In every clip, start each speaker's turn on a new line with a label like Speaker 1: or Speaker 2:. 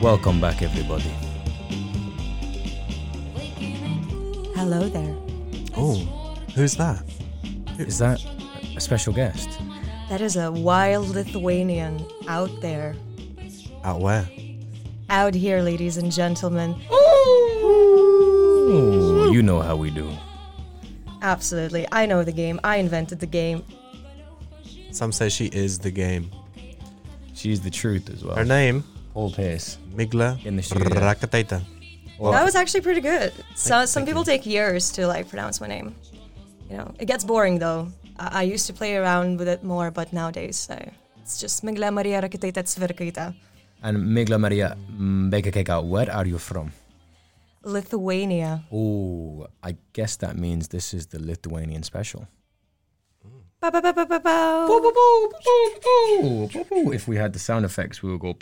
Speaker 1: Welcome back, everybody.
Speaker 2: Hello there.
Speaker 3: Oh, who's that?
Speaker 1: Is that a special guest?
Speaker 2: That is a wild Lithuanian out there.
Speaker 3: Out where?
Speaker 2: Out here, ladies and gentlemen.
Speaker 1: Ooh, you know how we do.
Speaker 2: Absolutely. I know the game. I invented the game.
Speaker 3: Some say she is the game.
Speaker 1: She's the truth as well.
Speaker 3: Her name,
Speaker 1: Paul Pierce.
Speaker 3: Migla
Speaker 1: In the studio.
Speaker 3: Rakataita.
Speaker 2: That was actually pretty good. So, some people take years to like pronounce my name. You know, it gets boring though. I, I used to play around with it more, but nowadays uh, it's just Migla Maria Rakitaita Cvirkaita.
Speaker 1: And Migla Maria Mbekakeka, where are you from?
Speaker 2: Lithuania.
Speaker 1: Oh, I guess that means this is the Lithuanian special.
Speaker 2: Ba ba ba ba ba ba.
Speaker 1: If we had the sound effects, we would go.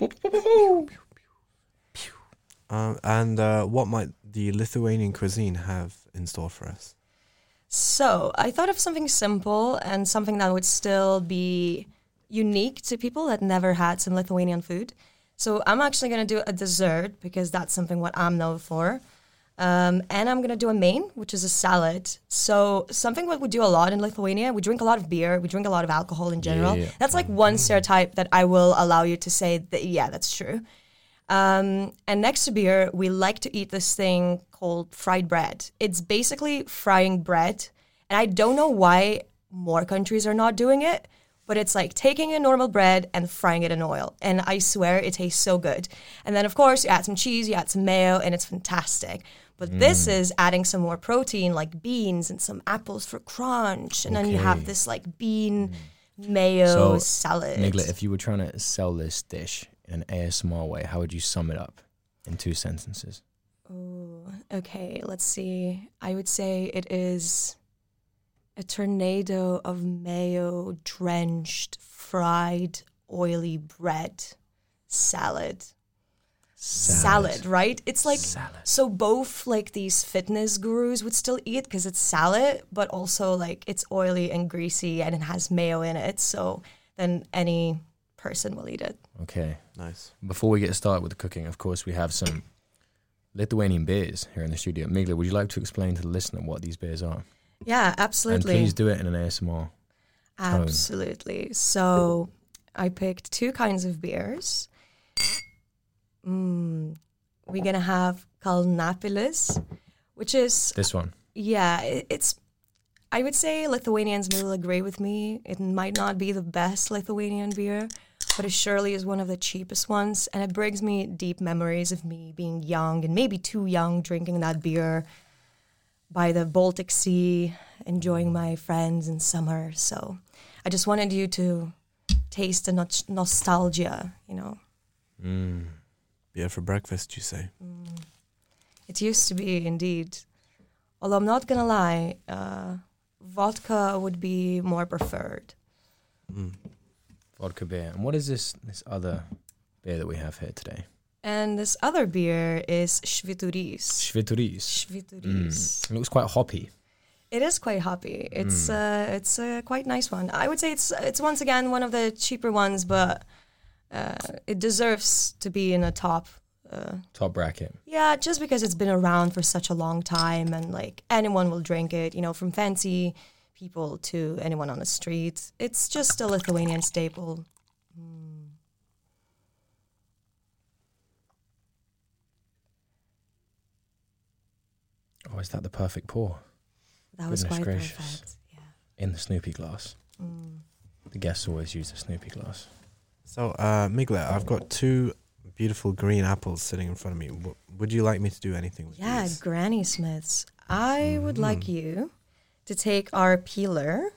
Speaker 3: Um, and uh, what might the Lithuanian cuisine have in store for us?
Speaker 2: So I thought of something simple and something that would still be unique to people that never had some Lithuanian food. So I'm actually going to do a dessert because that's something what I'm known for. Um, and I'm going to do a main, which is a salad. So something what we do a lot in Lithuania, we drink a lot of beer, we drink a lot of alcohol in general.
Speaker 1: Yeah.
Speaker 2: That's like one stereotype that I will allow you to say that, yeah, that's true. Um, and next to beer, we like to eat this thing called fried bread. It's basically frying bread. And I don't know why more countries are not doing it, but it's like taking a normal bread and frying it in oil. And I swear it tastes so good. And then, of course, you add some cheese, you add some mayo, and it's fantastic. But this is adding some more protein, like beans and some apples for crunch. And then you have
Speaker 1: Okay.
Speaker 2: this like bean mayo salad.
Speaker 1: Migla, if you were trying to sell this dish in an ASMR way, how would you sum it up in two sentences?
Speaker 2: Okay, let's see. I would say it is a tornado of mayo drenched, fried, oily bread salad. Salad, right? It's like
Speaker 1: Salad.
Speaker 2: so both like these fitness gurus would still eat because it's salad, but also like it's oily and greasy and it has mayo in it. So then any person will eat it.
Speaker 1: Okay.
Speaker 3: Nice.
Speaker 1: Before we get started with the cooking, of course, we have some Lithuanian beers here in the studio. Migla, would you like to explain to the listener what these beers are?
Speaker 2: Yeah, absolutely.
Speaker 1: And please do it in an ASMR. tone.
Speaker 2: Absolutely. So I picked two kinds of beers. Mm, we're going to have Kalnapilis, which is,
Speaker 1: This one.
Speaker 2: yeah, i- it's, I would say Lithuanians will agree with me. It might not be the best Lithuanian beer, but it surely is one of the cheapest ones. And it brings me deep memories of me being young and maybe too young drinking that beer by the Baltic Sea, enjoying my friends in summer. So I just wanted you to taste the nos- nostalgia, you know.
Speaker 1: Mm.
Speaker 3: Beer for breakfast, you say?
Speaker 2: It used to be indeed. Although I'm not gonna lie, uh, vodka would be more preferred.
Speaker 3: Mm.
Speaker 1: Vodka beer. And what is this this other beer that we have here today?
Speaker 2: And this other beer is Švyturys.
Speaker 1: Švyturys.
Speaker 2: Švyturys.
Speaker 1: Mm. It looks quite hoppy.
Speaker 2: It is quite hoppy. It's uh, it's a quite nice one. I would say it's it's once again one of the cheaper ones, but uh, it deserves to be in a top uh,
Speaker 1: Top bracket.
Speaker 2: Yeah, just because it's been around for such a long time and like anyone will drink it, you know, from fancy people to anyone on the street. It's just a Lithuanian staple.
Speaker 1: Oh, is that the perfect pour
Speaker 2: That was
Speaker 1: Goodness
Speaker 2: quite
Speaker 1: gracious. Oh,
Speaker 2: perfect. Yeah.
Speaker 1: in the Snoopy glass? The guests always use the Snoopy glass.
Speaker 3: So, uh, Migla, I've got two beautiful green apples sitting in front of me. W- would you like me to do anything with
Speaker 2: Yeah,
Speaker 3: these?
Speaker 2: Granny Smiths. I would
Speaker 1: Mm-hmm.
Speaker 2: like you to take our peeler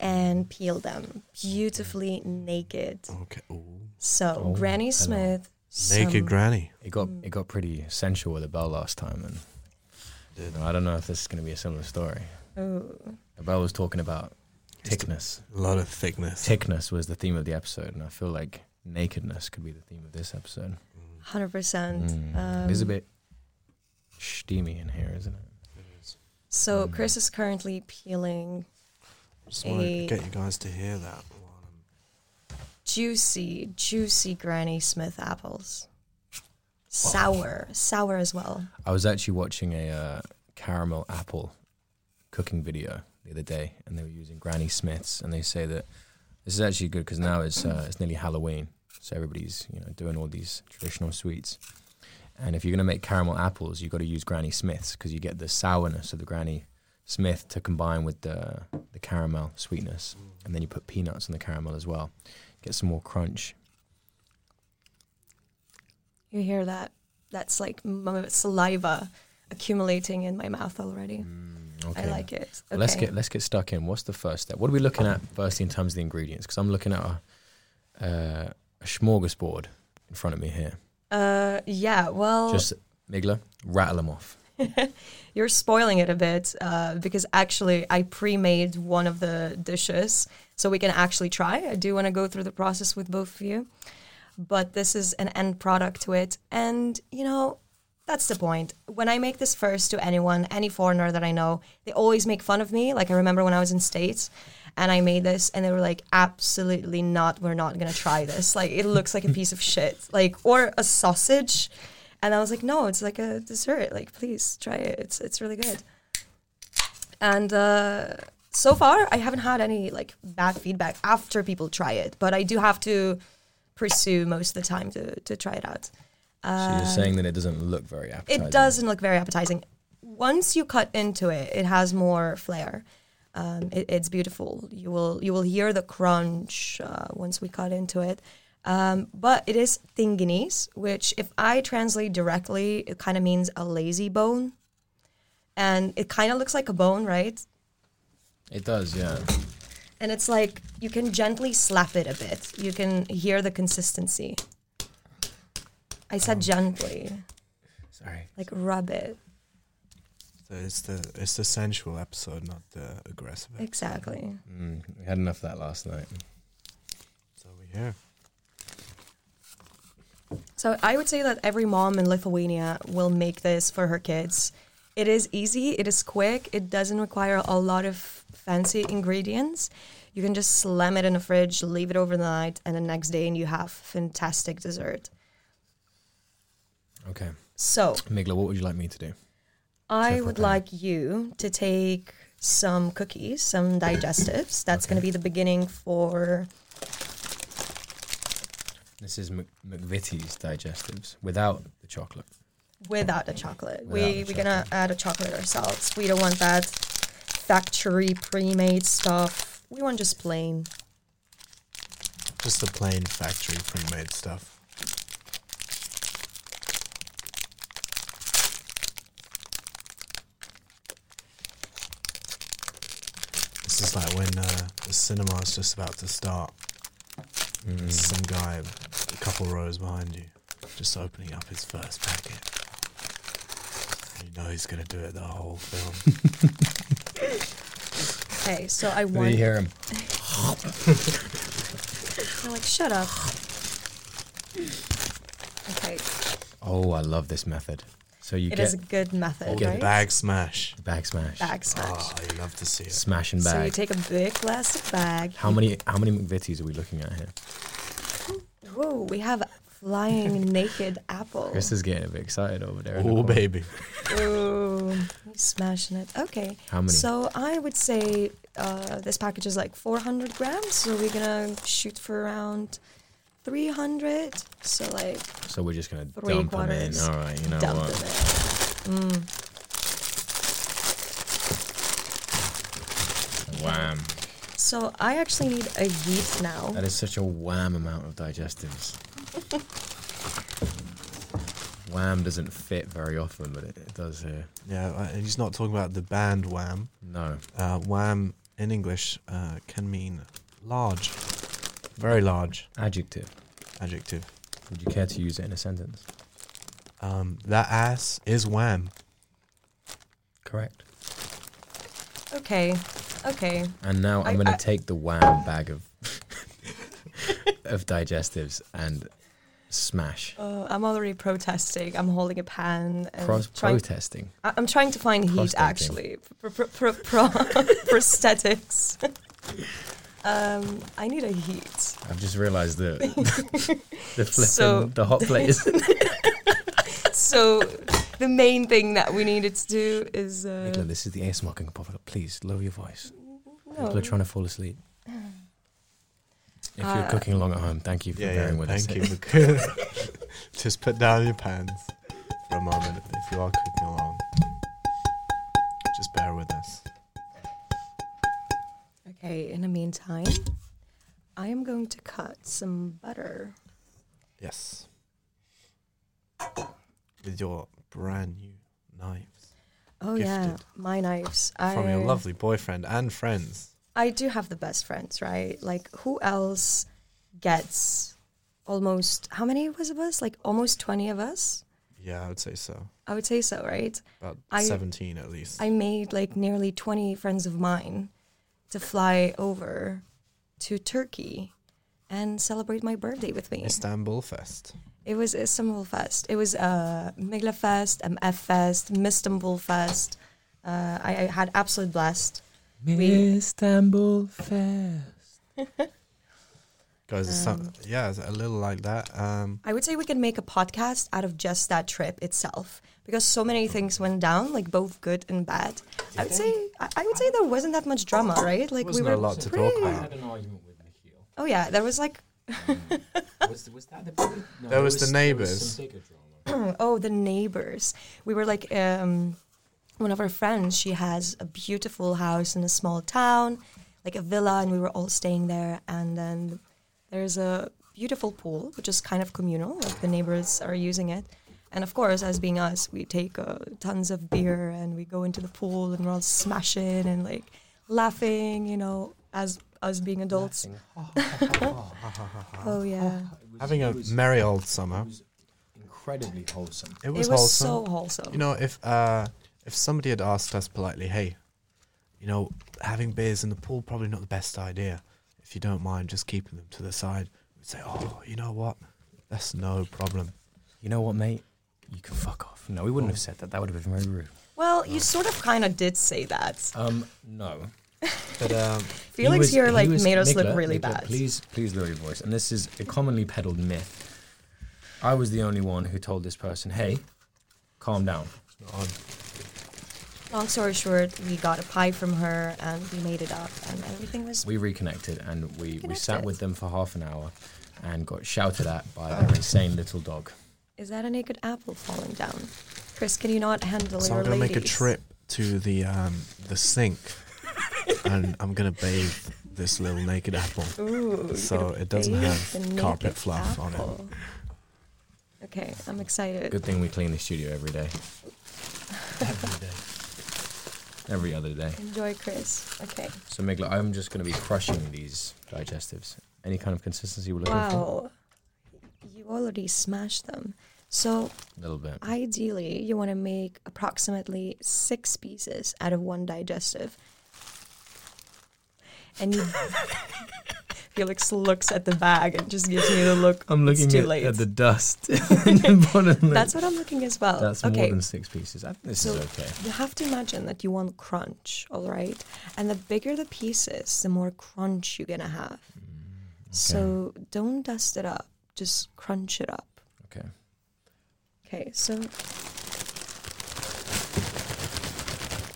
Speaker 2: and peel them beautifully naked.
Speaker 3: Okay. Ooh.
Speaker 2: So,
Speaker 1: Oh,
Speaker 2: Granny
Speaker 1: hello.
Speaker 2: Smith.
Speaker 3: Naked
Speaker 2: some-
Speaker 3: granny.
Speaker 1: It got it got pretty sensual with the bell last time, and you know, I don't know if this is going to be a similar story.
Speaker 2: Ooh.
Speaker 1: The bell was talking about
Speaker 3: It's the-
Speaker 1: tickness.
Speaker 3: A lot of thickness.
Speaker 1: Tickness was the theme of the episode, and I feel like nakedness could be the theme of this episode.
Speaker 2: 100%.
Speaker 1: Mm.
Speaker 2: Um,
Speaker 1: it is a bit steamy in here, isn't it? Mm.
Speaker 2: So Chris is currently peeling
Speaker 3: Just want to
Speaker 2: a-
Speaker 3: get you guys to hear that. while I'm-
Speaker 2: juicy, juicy Granny Smith apples. Sour, sour as well.
Speaker 1: I was actually watching a uh, caramel apple cooking video the other day, and they were using Granny Smiths, and they say that this is actually good because now it's uh, it's nearly Halloween, so everybody's you know doing all these traditional sweets. And if you're gonna make caramel apples, you've got to use Granny Smiths because you get the sourness of the Granny Smith to combine with the the caramel sweetness, and then you put peanuts on the caramel as well, get some more crunch.
Speaker 2: You hear that? That's like m- saliva accumulating in my mouth already. I like it. Okay.
Speaker 1: Well, Mm, Let's get let's get stuck in. What's the first step? What are we looking at firstly in terms of the ingredients? Because I'm looking at a, uh, a smorgasbord in front of me here.
Speaker 2: Uh, yeah. Well,
Speaker 1: Just Migla, rattle them off.
Speaker 2: You're spoiling it a bit uh, because actually I pre-made one of the dishes so we can actually try. I do want to go through the process with both of you, but this is an end product to it, and you know that's the point. When I make this first to anyone, any foreigner that I know, they always make fun of me. Like I remember when I was in States. And I made this, and they were like, "Absolutely not! We're not gonna try this. Like, it looks like a piece of shit, like or a sausage." And I was like, no, it's like a dessert. Like, please try it. It's it's really good. And uh, so far, I haven't had any like bad feedback after people try it. But I do have to pursue most of the time to to try it out.
Speaker 1: so you're saying that it doesn't look very appetizing.
Speaker 2: Uh, It doesn't look very appetizing. Once you cut into it, it has more flair. Um, it, it's beautiful. You will you will hear the crunch uh, once we cut into it. Um, but it is tinganese, which if I translate directly, it kind of means a lazy bone, and it kind of looks like a bone, right?
Speaker 1: It does, yeah.
Speaker 2: And it's like you can gently slap it a bit. You can hear the consistency. I said gently,
Speaker 1: Sorry.
Speaker 2: like rub it.
Speaker 3: So it's the it's the sensual episode, not the aggressive. episode.
Speaker 2: Exactly.
Speaker 1: Mm, we had enough of that last night.
Speaker 3: So we here.
Speaker 2: So I would say that every mom in Lithuania will make this for her kids. It is easy, it is quick, it doesn't require a lot of fancy ingredients. You can just slam it in the fridge, leave it overnight, and the next day and you have fantastic dessert.
Speaker 1: Okay.
Speaker 2: So
Speaker 1: Migla, what would you like me to do?
Speaker 2: I
Speaker 1: Separate
Speaker 2: would
Speaker 1: pan.
Speaker 2: like you to take some cookies, some digestives. That's going to be the beginning for
Speaker 1: This is Mc- McVitie's digestives without the chocolate.
Speaker 2: without the chocolate.
Speaker 1: Without
Speaker 2: we
Speaker 1: the
Speaker 2: we're gonna add a chocolate ourselves. We don't want that factory pre-made stuff. We want just plain.
Speaker 3: Just the plain factory pre-made stuff. This is like when uh, the cinema's just about to start. Some guy, a couple rows behind you, just opening up his first packet. You know he's gonna do it the whole film.
Speaker 2: Okay, so I
Speaker 1: Do you
Speaker 2: want.
Speaker 1: hear him?
Speaker 2: They're like, shut up. Okay,
Speaker 1: Oh, I love this method. So you
Speaker 2: it
Speaker 1: get
Speaker 2: is a good
Speaker 3: or
Speaker 2: method,
Speaker 3: the
Speaker 2: right?
Speaker 3: bag smash.
Speaker 1: bag smash,
Speaker 2: Bag smash.
Speaker 3: Oh, you love to see it.
Speaker 1: smash and
Speaker 2: So you
Speaker 1: bag.
Speaker 2: take a big plastic bag.
Speaker 1: how many how many McVitie's are we looking at here?
Speaker 2: Whoa, we have flying naked apple.
Speaker 1: Chris is getting a bit excited over there. in the
Speaker 3: Oh
Speaker 1: corner.
Speaker 3: baby.
Speaker 2: Ooh, he's smashing it. Okay.
Speaker 1: How many?
Speaker 2: So I would say uh, this package is like 400 grams. So we're gonna shoot for around 300. So like
Speaker 1: So we're just gonna
Speaker 2: Three
Speaker 1: dump them in.
Speaker 2: quarters.
Speaker 1: All right, you know
Speaker 2: dump
Speaker 1: what?
Speaker 2: of it. Mm.
Speaker 1: Wham!
Speaker 2: So I actually need a yeast now.
Speaker 1: That is such a wham amount of digestives. wham doesn't fit very often, but it, it does here.
Speaker 3: Yeah, uh, he's not talking about the band Wham.
Speaker 1: No,
Speaker 3: Uh, wham in English uh, can mean large, very large
Speaker 1: adjective.
Speaker 3: adjective.
Speaker 1: Would you care to use it in a sentence?
Speaker 3: Um, that ass is wham.
Speaker 1: Correct.
Speaker 2: Okay. Okay.
Speaker 1: And now I'm
Speaker 2: I-
Speaker 1: going
Speaker 2: I-
Speaker 1: to take the wham bag of of digestives and smash.
Speaker 2: Uh, I'm already protesting. I'm holding a pan and
Speaker 1: Pro-
Speaker 2: trying.
Speaker 1: protesting.
Speaker 2: I- I'm trying to find heat
Speaker 1: Prostating.
Speaker 2: actually. Pr- pr- pr- pro- prosthetics. Um, I need a heat.
Speaker 1: I've just realised that the flipping
Speaker 2: So-
Speaker 1: the hot plate is
Speaker 2: So the main thing that we needed to do is
Speaker 1: Nicola,
Speaker 2: uh,
Speaker 1: this is the ASMR King Pop. Please lower your voice. People
Speaker 2: no.
Speaker 1: are trying to fall asleep. If you're
Speaker 2: Uh,
Speaker 1: cooking along at home, thank you for
Speaker 3: Yeah,
Speaker 1: bearing
Speaker 3: yeah.
Speaker 1: with us.
Speaker 3: Thank you. for good- Just put down your pans for a moment if you are cooking along. Just bear with us.
Speaker 2: okay. In the meantime, I am going to cut some butter.
Speaker 3: Yes. With your brand new knives
Speaker 2: Oh yeah,
Speaker 3: Gifted.
Speaker 2: my knives.
Speaker 3: from
Speaker 2: I-
Speaker 3: your lovely boyfriend and friends.
Speaker 2: I do have the best friends, right? Like, who else gets almost how many was of us? Like almost twenty of us.
Speaker 3: Yeah, I would say so.
Speaker 2: I would say so, right?
Speaker 3: About
Speaker 2: I-
Speaker 3: 17 at least.
Speaker 2: I made like nearly twenty friends of mine to fly over to Turkey and celebrate my birthday with me.
Speaker 3: Istanbul Fest.
Speaker 2: It was Istanbul Fest. It was uh, Migla Fest, MF Fest, Mistanbul Fest. Uh, I, I had absolute blast. We-
Speaker 1: Istanbul Fest.
Speaker 3: Guys, it's some, yeah, it's a little like that. Um,
Speaker 2: I would say we can make a podcast out of just that trip itself because so many things went down, like both good and bad. I would say I, I would say there wasn't that much drama, right? Like
Speaker 3: wasn't a lot to talk about.
Speaker 1: an argument with Nikhil.
Speaker 2: Oh yeah, there was like
Speaker 1: Was, was that the baby? No,
Speaker 3: There was the neighbours.
Speaker 1: bigger drama.
Speaker 2: oh the neighbors. We were like um, one of our friends. She has a beautiful house in a small town, like a villa, and we were all staying there. And then there's a beautiful pool, which is kind of communal. Like the neighbors are using it. And of course, as being us, we take uh, tons of beer and we go into the pool and we're all smashing and like laughing, you know, as us being adults. oh yeah,
Speaker 3: Having a
Speaker 1: it was,
Speaker 3: merry old summer.
Speaker 1: incredibly wholesome.
Speaker 3: It
Speaker 2: it
Speaker 3: was,
Speaker 2: was,
Speaker 3: wholesome.
Speaker 2: so wholesome.
Speaker 3: You know, if uh, if somebody had asked us politely, "Hey, you know, having beers in the pool probably not the best idea. If you don't mind, just keeping them to the side," we'd say, "Oh, you know what? That's no problem."
Speaker 1: You know what, mate? You can fuck off. No, we wouldn't have said that. That would have been very rude.
Speaker 2: well,
Speaker 3: uh,
Speaker 2: you sort of kind of did say that.
Speaker 1: Um, no.
Speaker 3: But um,
Speaker 2: Felix
Speaker 1: was-
Speaker 2: here
Speaker 1: he
Speaker 2: like
Speaker 1: was-
Speaker 2: made us
Speaker 1: Nicola,
Speaker 2: look really
Speaker 1: Nicola,
Speaker 2: bad.
Speaker 1: Please, please lower your voice. And this is a commonly peddled myth. I was the only one who told this person, "Hey, calm down."
Speaker 3: it's not on.
Speaker 2: Long story short, we got a pie from her and we made it up and everything was
Speaker 1: We reconnected and we, we sat
Speaker 2: Reconnected.
Speaker 1: with them for half an hour and got shouted at by their insane little dog.
Speaker 2: Is that a naked apple falling down? Chris, can you not handle
Speaker 3: So
Speaker 2: your
Speaker 3: I'm gonna
Speaker 2: ladies?
Speaker 3: make a trip to the um, the sink, and I'm gonna bathe this little naked apple.
Speaker 2: Ooh, you're
Speaker 3: So
Speaker 2: gonna
Speaker 3: it doesn't
Speaker 2: bathe
Speaker 3: have
Speaker 2: the naked
Speaker 3: carpet fluff on it.
Speaker 2: apple. Okay, I'm excited.
Speaker 1: Good thing we clean the studio every day. Every day. Every other day.
Speaker 2: Enjoy, Chris. Okay.
Speaker 1: So Migla, I'm just going to be crushing these digestives. Any kind of consistency we're looking for?
Speaker 2: Wow. You already smashed them. So
Speaker 1: A little bit.
Speaker 2: ideally, you want to make approximately six pieces out of one digestive. And you, Felix looks at the bag and just gives me the look.
Speaker 1: I'm
Speaker 2: it's
Speaker 1: looking
Speaker 2: too
Speaker 1: at,
Speaker 2: late.
Speaker 1: at the dust in the bottom.
Speaker 2: That's what I'm looking as well.
Speaker 1: That's
Speaker 2: okay,
Speaker 1: more than six pieces. I think this
Speaker 2: So-
Speaker 1: is okay.
Speaker 2: you have to imagine that you want crunch, all right? And the bigger the pieces, the more crunch you're gonna have.
Speaker 1: Mm,
Speaker 2: So don't dust it up, just crunch it up.
Speaker 1: Okay.
Speaker 2: Okay, so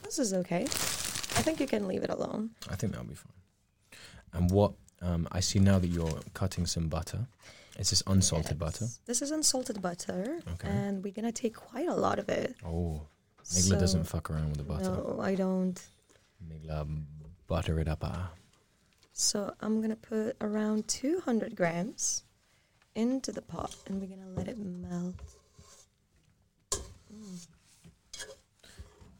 Speaker 2: this is okay. I think you can leave it alone.
Speaker 1: I think that'll be fine. And what um, I see now that you're cutting some butter, it's this unsalted butter.
Speaker 2: Yes. Uh, This is unsalted butter,
Speaker 1: Okay.
Speaker 2: and we're gonna take quite a lot of it.
Speaker 1: Oh, Migla
Speaker 2: So-
Speaker 1: doesn't fuck around with the butter.
Speaker 2: No, I don't.
Speaker 1: Migla butter it up. Ah.
Speaker 2: So I'm gonna put around 200 grams into the pot, and we're gonna let it melt.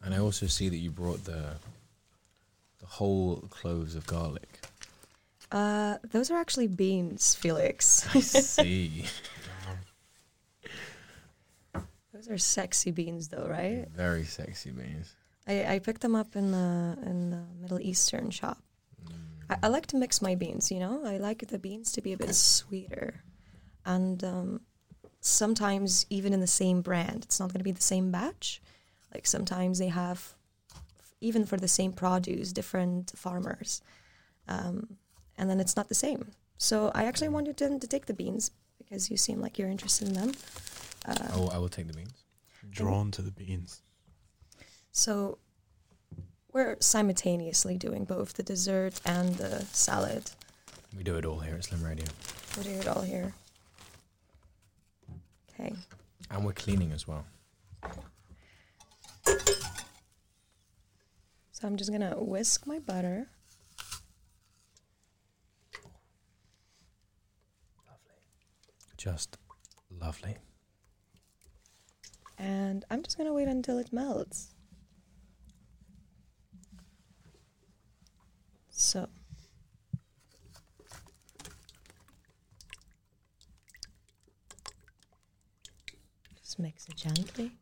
Speaker 1: And I also see that you brought the the whole cloves of garlic.
Speaker 2: Uh, those are actually beans, Felix.
Speaker 1: I see.
Speaker 2: Those are sexy beans, though, right?
Speaker 1: Very sexy beans.
Speaker 2: I, I picked them up in the in the Middle Eastern shop. I, I like to mix my beans, you know. I like the beans to be a bit sweeter, and um, sometimes even in the same brand, it's not going to be the same batch. Like sometimes they have, even for the same produce, different farmers. Um, and then it's not the same. So I actually want you to, to take the beans because you seem like you're interested in them. Uh,
Speaker 1: I will, I will take the beans.
Speaker 3: Drawn to the beans.
Speaker 2: So we're simultaneously doing both the dessert and the salad.
Speaker 1: We do it all here at Slim Radio.
Speaker 2: We're doing it all here. Okay.
Speaker 1: And we're cleaning as well.
Speaker 2: So I'm just gonna whisk my butter.
Speaker 1: Just lovely.
Speaker 2: and I'm just gonna wait until it melts. So. Just mix it gently.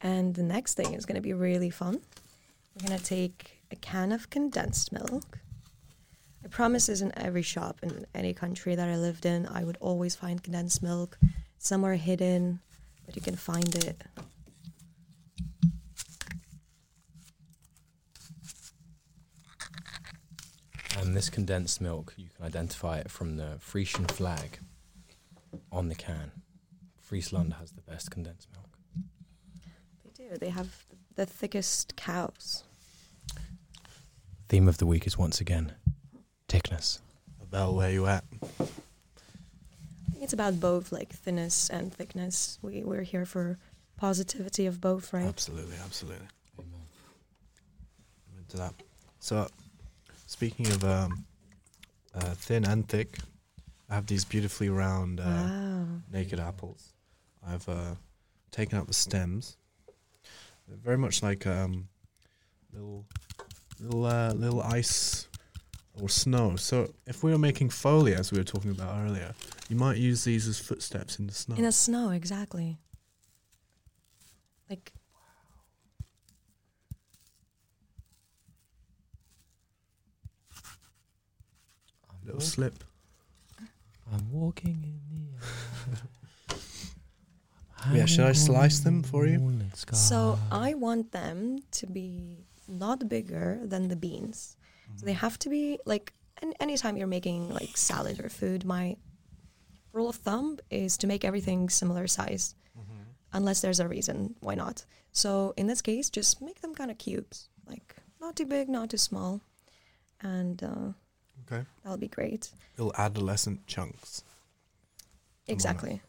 Speaker 2: And the next thing is gonna be really fun. We're gonna take a can of condensed milk. I promise is in every shop in any country that I lived in, I would always find condensed milk somewhere hidden, but you can find it.
Speaker 1: And this condensed milk, you can identify it from the Frisian flag on the can. Friesland has the best condensed milk.
Speaker 2: They do. They have the thickest cows.
Speaker 1: Theme of the week is once again thickness.
Speaker 3: About where you at?
Speaker 2: I think it's about both, like thinness and thickness. We we're here for positivity of both, right?
Speaker 3: Absolutely, absolutely. I'm into that. So, speaking of um, uh, thin and thick, I have these beautifully round uh,
Speaker 2: Wow.
Speaker 3: naked apples. I've uh, taken out the stems. They're very much like um, little little uh, little ice or snow. So if we were making foliage, as we were talking about earlier, you might use these as footsteps in the snow.
Speaker 2: In the snow, exactly. Like
Speaker 3: little slip.
Speaker 1: I'm walking in the
Speaker 3: Yeah, should I slice them for you?
Speaker 2: So I want them to be not bigger than the beans. So they have to be like, and anytime you're making like salad or food, my rule of thumb is to make everything similar size,
Speaker 3: Mm-hmm.
Speaker 2: unless there's a reason why not. So in this case, just make them kind of cubes, like not too big, not too small, and uh,
Speaker 3: Okay.
Speaker 2: that'll be great.
Speaker 3: Little adolescent chunks on.
Speaker 2: Exactly.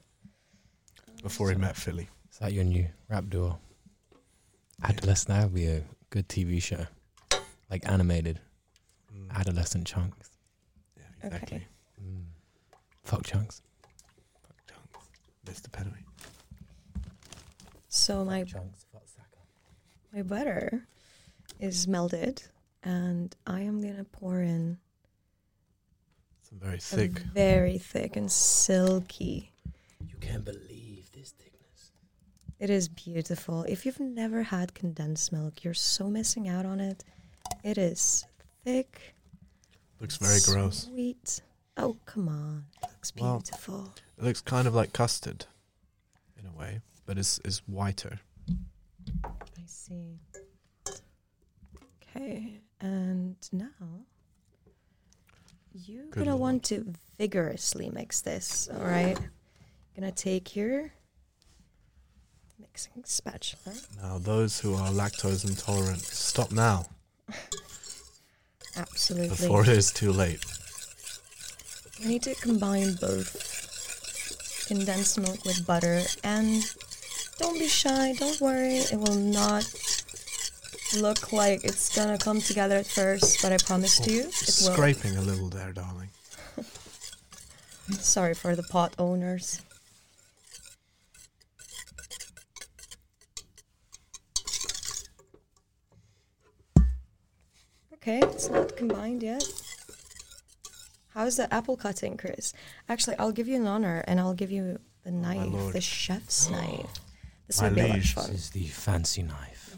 Speaker 3: before he met Philly.
Speaker 1: Is that your new rap duo? Adolescent, that would be a good TV show. Like animated. Adolescent chunks.
Speaker 3: Yeah, exactly.
Speaker 2: Okay.
Speaker 3: Mm.
Speaker 1: Fuck chunks.
Speaker 3: Chunks. Mr. Penway.
Speaker 2: So my
Speaker 1: Chunks. Fuck sacker.
Speaker 2: My butter is melted, and I am gonna pour in
Speaker 3: Some very
Speaker 2: a
Speaker 3: thick.
Speaker 2: very thick and silky.
Speaker 1: You can't believe this thickness.
Speaker 2: It is beautiful. If you've never had condensed milk, you're so missing out on it. It is thick.
Speaker 3: Looks very gross.
Speaker 2: Sweet. Oh come on! It looks
Speaker 3: Well,
Speaker 2: beautiful.
Speaker 3: It looks kind of like custard, in a way, but it's it's whiter.
Speaker 2: I see. Okay, and now you're
Speaker 3: Good
Speaker 2: gonna
Speaker 3: lord.
Speaker 2: want to vigorously mix this. All right, gonna take your mixing spatula.
Speaker 3: Now, those who are lactose intolerant, stop now
Speaker 2: Absolutely.
Speaker 3: before it is too late.
Speaker 2: We need to combine both condensed milk with butter and don't be shy, don't worry, it will not look like it's gonna come together at first, but I promise to you it will.
Speaker 3: Scraping a little there, darling.
Speaker 2: Sorry for the pot owners. Okay, it's not combined yet. How's the apple cutting, Chris? Actually, I'll give you an honor and I'll give you the knife,
Speaker 3: lord.
Speaker 2: the chef's knife. This
Speaker 3: My
Speaker 2: would be a lot of
Speaker 3: liege.
Speaker 1: This
Speaker 2: fun.
Speaker 1: is the fancy knife.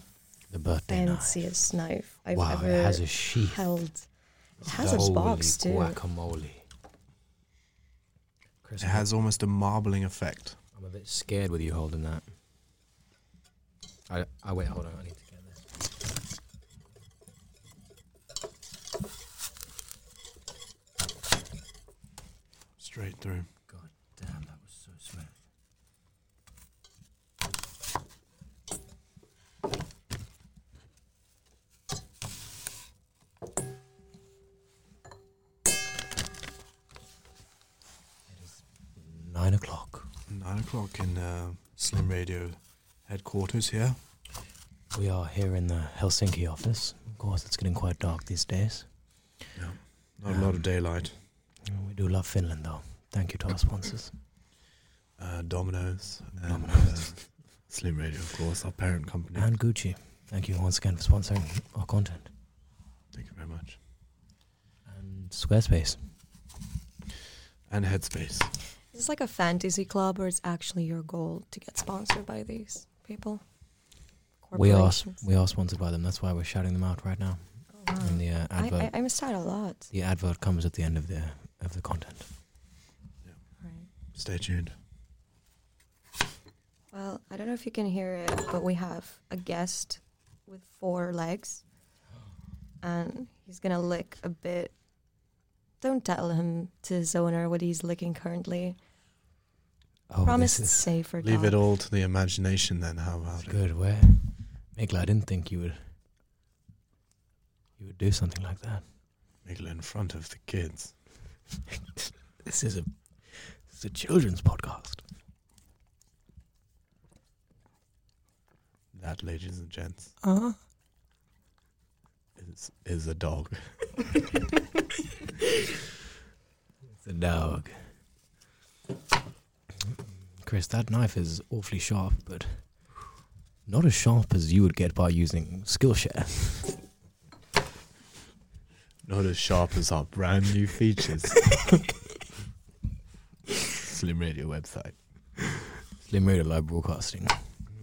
Speaker 1: The birthday knife.
Speaker 2: Fanciest knife I've
Speaker 1: wow,
Speaker 2: ever
Speaker 1: it has a sheath.
Speaker 2: held. It has a
Speaker 1: Holy
Speaker 2: box too.
Speaker 1: Guacamole.
Speaker 3: It
Speaker 1: Chris,
Speaker 3: has almost a marbling effect.
Speaker 1: I'm a bit scared with you holding that. I, I wait, hold on. I need to get this.
Speaker 3: Straight through.
Speaker 1: God damn, that was so smooth. It is nine o'clock.
Speaker 3: Nine o'clock in uh, Slim Radio headquarters here.
Speaker 1: We are here in the Helsinki office. Of course, it's getting quite dark these days.
Speaker 3: Not a lot of daylight.
Speaker 1: We do love Finland, though. Thank you to our sponsors.
Speaker 3: Uh, Domino's. And,
Speaker 1: Domino's.
Speaker 3: Uh, Slim Radio, of course, our parent company.
Speaker 1: And Gucci. Thank you once again for sponsoring our content.
Speaker 3: Thank you very much.
Speaker 1: And Squarespace.
Speaker 3: And Headspace.
Speaker 2: Is this like a fantasy club or is actually your goal to get sponsored by these people?
Speaker 1: We are we are sponsored by them. That's why we're shouting them out right now. And the uh,
Speaker 2: Oh. I,
Speaker 1: advert
Speaker 2: I, I missed out a lot.
Speaker 1: the advert comes at the end of the of the content.
Speaker 3: Stay tuned.
Speaker 2: Well, I don't know if you can hear it, but we have a guest with four legs, and he's gonna lick a bit. Don't tell him to his owner what he's licking currently.
Speaker 1: Oh,
Speaker 2: Promise
Speaker 1: this
Speaker 2: it's
Speaker 1: is
Speaker 2: safe for
Speaker 3: Leave
Speaker 2: dog.
Speaker 3: it all to the imagination then. How about it?
Speaker 1: good. Where, Mikla, I didn't think you would you would do something like that.
Speaker 3: Miguel in front of the kids.
Speaker 1: This is a this is a children's podcast.
Speaker 3: That, ladies and gents,
Speaker 1: Uh-huh.
Speaker 3: is, is a dog.
Speaker 1: It's a dog. Chris, that knife is awfully sharp, but not as sharp as you would get by using Skillshare.
Speaker 3: Not as sharp as our brand new features. Slim Radio website.
Speaker 1: Slim Radio Live Broadcasting.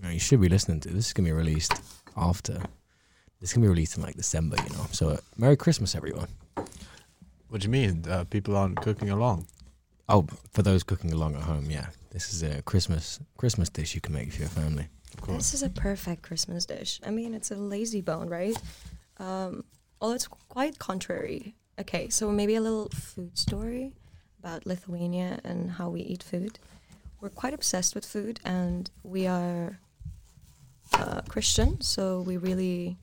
Speaker 1: Now, you should be listening to this. is gonna be released after. This is gonna be released in like December, you know. So, uh, Merry Christmas, everyone.
Speaker 3: What do you mean? Uh, people aren't cooking along.
Speaker 1: Oh, for those cooking along at home, yeah, this is a Christmas Christmas dish you can make for your family.
Speaker 3: Of course.
Speaker 2: This is a perfect Christmas dish. I mean, it's a lazy bone, right? Um, although it's quite contrary. Okay, so maybe a little food story about Lithuania and how we eat food. We're quite obsessed with food, and we are uh, Christian, so we really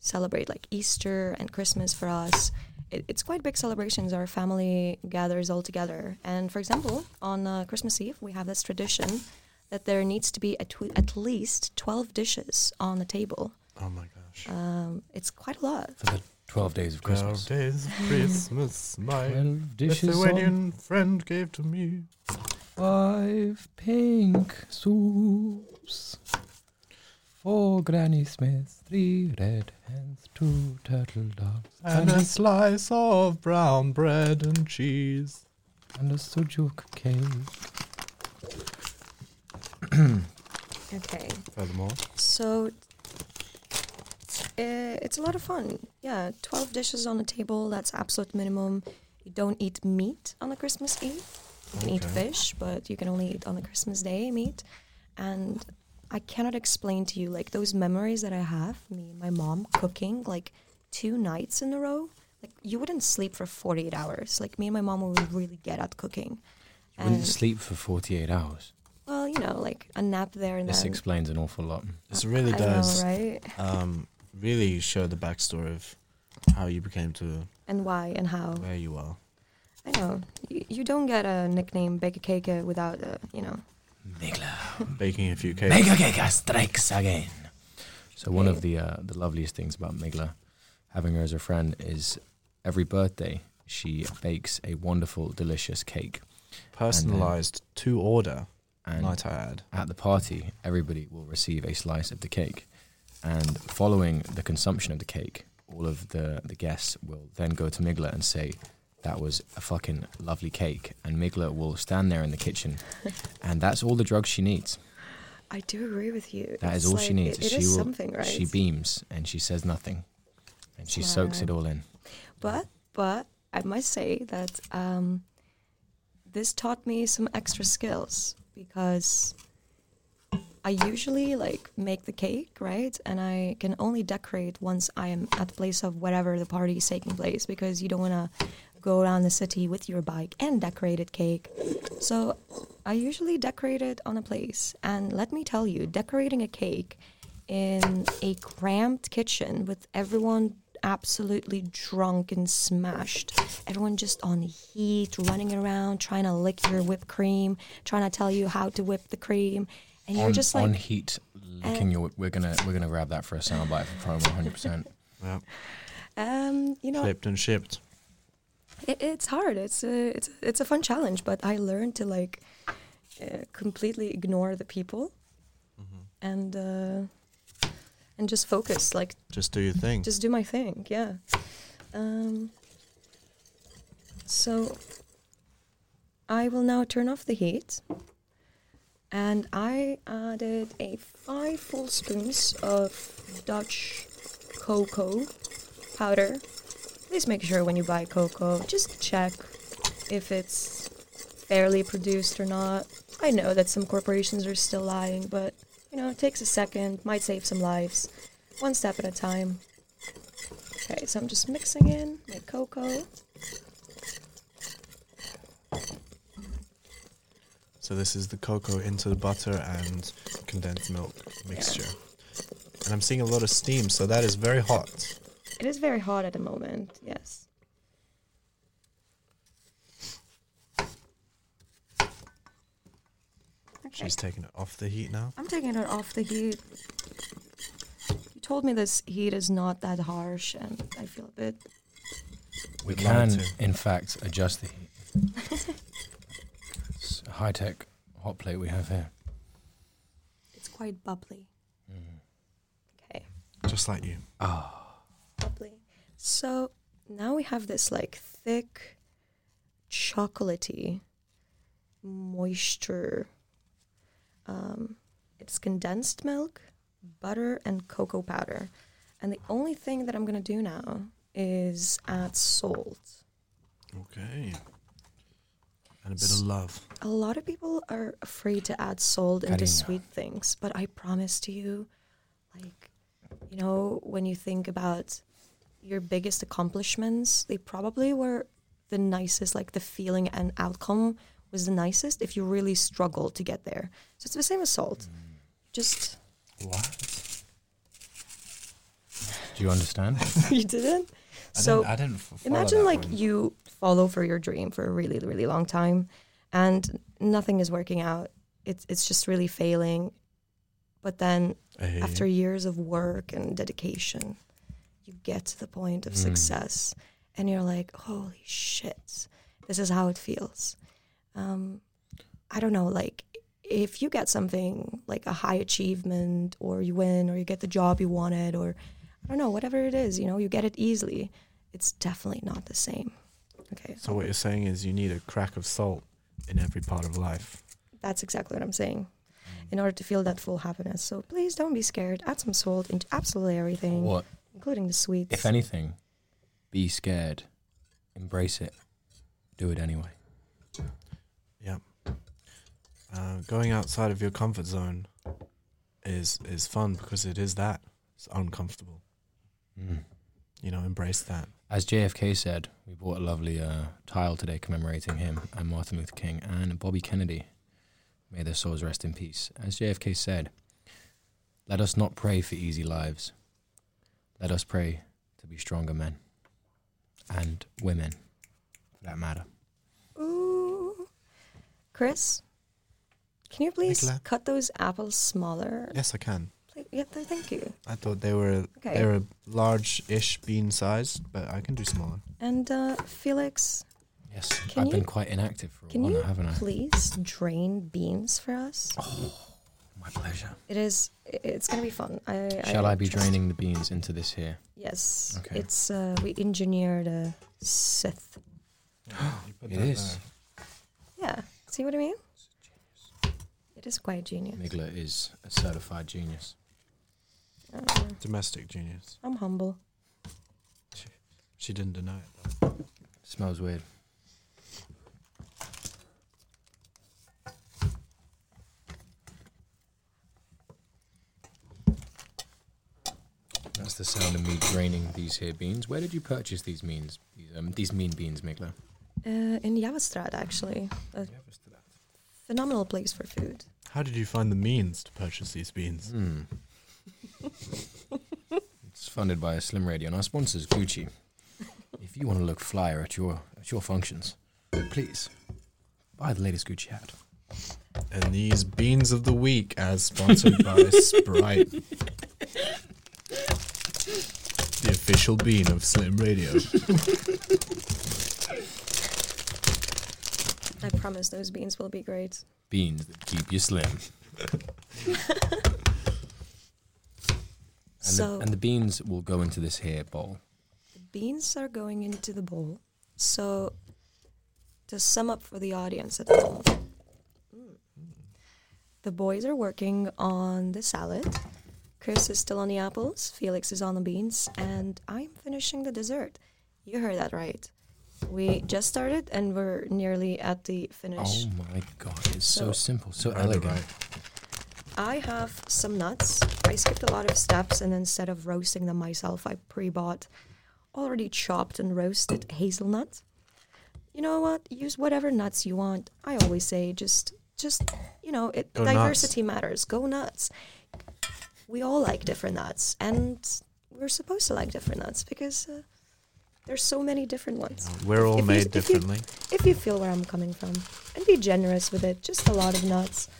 Speaker 2: celebrate like Easter and Christmas for us. It, it's quite big celebrations. Our family gathers all together, and for example, on uh, Christmas Eve, we have this tradition that there needs to be at, tw- at least 12 dishes on the table.
Speaker 3: Oh my gosh.
Speaker 2: Um, it's quite a lot.
Speaker 1: For the twelve days of
Speaker 3: Twelve days of Christmas, my
Speaker 1: Twelve
Speaker 3: Lithuanian friend gave to me.
Speaker 1: Five pink soups. Four Granny Smiths, three red hens, two turtle doves,
Speaker 3: And a slice of brown bread and cheese.
Speaker 1: and a sujuk cake.
Speaker 2: Okay.
Speaker 3: Furthermore,
Speaker 2: So uh, it's a lot of fun. Yeah, 12 dishes on the table, that's absolute minimum. You don't eat meat on the Christmas Eve. You can eat
Speaker 3: Okay.
Speaker 2: fish, but you can only eat on the Christmas Day meat. And I cannot explain to you like those memories that I have, me and my mom cooking like two nights in a row. Like you wouldn't sleep for 48 hours. Like me and my mom were really good at cooking.
Speaker 1: You wouldn't
Speaker 2: And-
Speaker 1: sleep for forty-eight hours.
Speaker 2: Well, you know, like a nap there and
Speaker 1: This
Speaker 2: then.
Speaker 1: explains an awful lot.
Speaker 3: this really
Speaker 2: I
Speaker 3: does
Speaker 2: know, right?
Speaker 3: um, really show the backstory of how you became to
Speaker 2: And why and how.
Speaker 3: where you are.
Speaker 2: I know. You, you don't get a nickname Baker Cake uh, without, uh, you know.
Speaker 1: Mikla,
Speaker 3: Baking a few cakes.
Speaker 1: Mega Giga strikes again. So one of the uh, the loveliest things about Migla, having her as a friend, is every birthday she bakes a wonderful, delicious cake.
Speaker 3: Personalized to order,
Speaker 1: And
Speaker 3: might I add.
Speaker 1: at the party, everybody will receive a slice of the cake. And following the consumption of the cake, all of the, the guests will then go to Migla and say, That was a fucking lovely cake. And Migla will stand there in the kitchen, and that's all the drugs she needs.
Speaker 2: I do agree with you.
Speaker 1: That is
Speaker 2: It's
Speaker 1: all she
Speaker 2: like-
Speaker 1: needs.
Speaker 2: It, it
Speaker 1: she
Speaker 2: is
Speaker 1: will,
Speaker 2: something, right?
Speaker 1: She beams and she says nothing. And she soaks
Speaker 2: Smile.
Speaker 1: it all in.
Speaker 2: but, but I must say that um, this taught me some extra skills because I usually like make the cake, right? And I can only decorate once I am at the place of whatever the party is taking place because you don't want to go around the city with your bike and decorated cake. So I usually decorate it on a place. And let me tell you, decorating a cake in a cramped kitchen with everyone absolutely drunk and smashed, everyone just on heat, running around, trying to lick your whipped cream, trying to tell you how to whip the cream. And you're
Speaker 1: on,
Speaker 2: just
Speaker 1: on
Speaker 2: like,
Speaker 1: heat, licking your. We're gonna we're gonna grab that for a soundbite for promo, hundred percent.
Speaker 3: Yeah.
Speaker 2: um, you know,
Speaker 3: Clipped and shipped.
Speaker 2: it, it's hard. It's a, it's it's a fun challenge, but I learned to like uh, completely ignore the people
Speaker 3: Mm-hmm.
Speaker 2: and uh, and just focus, like
Speaker 3: Just do your thing.
Speaker 2: just do my thing. Yeah. Um, so I will now turn off the heat, and I added a five full spoons of Dutch cocoa powder. Please make sure when you buy cocoa, just check if it's fairly produced or not. I know that some corporations are still lying, but you know, it takes a second, might save some lives. One step at a time. Okay, so I'm just mixing in my cocoa.
Speaker 3: So this is the cocoa into the butter and condensed milk mixture. And I'm seeing a lot of steam, so that is very hot.
Speaker 2: It is very hot at the moment, yes. Okay.
Speaker 3: She's taking it off the heat now.
Speaker 2: I'm taking it off the heat. You told me this heat is not that harsh, and I feel a bit.
Speaker 1: We
Speaker 3: We'd love it
Speaker 1: can,
Speaker 3: to.
Speaker 1: in fact, adjust the heat. it's a high tech hot plate we have here.
Speaker 2: It's quite bubbly. Okay.
Speaker 3: Just like you.
Speaker 2: Lovely. So now we have this like thick, chocolatey moisture. Um, it's condensed milk, butter, and cocoa powder. And the only thing that I'm going to do now is add salt.
Speaker 3: Okay. And a bit of love.
Speaker 2: A lot of people are afraid to add salt into
Speaker 1: Karina.
Speaker 2: sweet things, but I promise to you, like, you know, when you think about your biggest accomplishments, they probably were the nicest, like, the feeling and outcome was the nicest if you really struggled to get there. So it's the same as salt. Just,
Speaker 3: What?
Speaker 1: Do you understand?
Speaker 2: you didn't?
Speaker 3: I
Speaker 2: so
Speaker 3: didn't, I didn't f- follow
Speaker 2: imagine
Speaker 3: that
Speaker 2: like
Speaker 3: one.
Speaker 2: you follow for your dream for a really really long time and nothing is working out it's it's just really failing but then
Speaker 3: I hear you.
Speaker 2: after years of work and dedication you get to the point of
Speaker 1: Mm.
Speaker 2: success and you're like holy shit this is how it feels um, i don't know like if you get something like a high achievement or you win or you get the job you wanted or i don't know whatever it is you know you get it easily it's definitely not the same okay
Speaker 3: So what you're saying is you need a crack of salt in every part of life.
Speaker 2: That's exactly what I'm saying. In order to feel that full happiness. So please don't be scared. Add some salt into absolutely everything,
Speaker 1: what,
Speaker 2: including the sweets.
Speaker 1: if anything, be scared, embrace it, do it anyway.
Speaker 3: Uh, going outside of your comfort zone is is fun because it is that. It's uncomfortable.
Speaker 1: Mm.
Speaker 3: You know, embrace that.
Speaker 1: As JFK said, we bought a lovely uh, tile today commemorating him and Martin Luther King and Bobby Kennedy. May their souls rest in peace. As JFK said, let us not pray for easy lives. Let us pray to be stronger men and women, for that matter.
Speaker 2: Ooh. Chris, can you please
Speaker 3: Nicola?
Speaker 2: cut those apples smaller?
Speaker 3: Yes, I can.
Speaker 2: Pla- Yeah, th- thank you.
Speaker 3: I thought they were
Speaker 2: Okay.
Speaker 3: they were large-ish bean size, but I can do smaller.
Speaker 2: And uh, Felix,
Speaker 1: Yes,
Speaker 2: Can
Speaker 1: I've
Speaker 2: you-
Speaker 1: been quite inactive for a
Speaker 2: can
Speaker 1: while
Speaker 2: you
Speaker 1: now, haven't I?
Speaker 2: please drain beans for us?
Speaker 1: Oh. My pleasure.
Speaker 2: It is. i- It's gonna be fun. I,
Speaker 1: Shall I be
Speaker 2: trust-
Speaker 1: draining the beans into this here?
Speaker 2: Yes.
Speaker 1: Okay.
Speaker 2: It's uh, we engineered a Sith.
Speaker 3: You put
Speaker 1: It
Speaker 3: that
Speaker 1: is.
Speaker 3: there.
Speaker 2: Yeah. See what I mean? It is quite genius.
Speaker 1: Migler is a certified genius.
Speaker 2: Uh,
Speaker 3: domestic genius.
Speaker 2: I'm humble.
Speaker 3: She didn't deny it.
Speaker 1: Smells weird. That That's the sound of me draining these here beans. Where did you purchase these means? These, um, these mean beans, Mikla.
Speaker 4: Uh, in Javastrad, actually. A phenomenal place for food.
Speaker 3: How did you find the means to purchase these beans?
Speaker 1: Hmm. it's funded by Slim Radio, and our sponsor is Gucci. If you want to look flyer at your at your functions, please buy the latest Gucci hat.
Speaker 3: And these beans of the week, as sponsored by Sprite, the official bean of Slim Radio.
Speaker 2: I promise those beans will be great.
Speaker 1: Beans that keep you slim. And, the,
Speaker 2: so
Speaker 1: and the beans will go into this here bowl.
Speaker 2: the beans are going into the bowl. So to sum up for the audience at home, the boys are working on the salad. Chris is still on the apples, Felix is on the beans, and I'm finishing the dessert. You heard that right. We just started and we're nearly at the finish.
Speaker 1: Oh my god, it's so,
Speaker 2: So-
Speaker 1: simple, so
Speaker 3: Kinda
Speaker 1: elegant.
Speaker 3: right.
Speaker 2: I have some nuts. I skipped a lot of steps, and instead of roasting them myself, I pre bought already chopped and roasted hazelnut. You know what? Use whatever nuts you want. I always say just, just you know, it,
Speaker 3: Go nuts.
Speaker 2: diversity matters. Go nuts. We all like different nuts, and we're supposed to like different nuts because uh, there's so many different ones.
Speaker 3: We're all
Speaker 2: If you-
Speaker 3: made
Speaker 2: if you-
Speaker 3: differently.
Speaker 2: If you feel where I'm coming from, and be generous with it. Just a lot of nuts.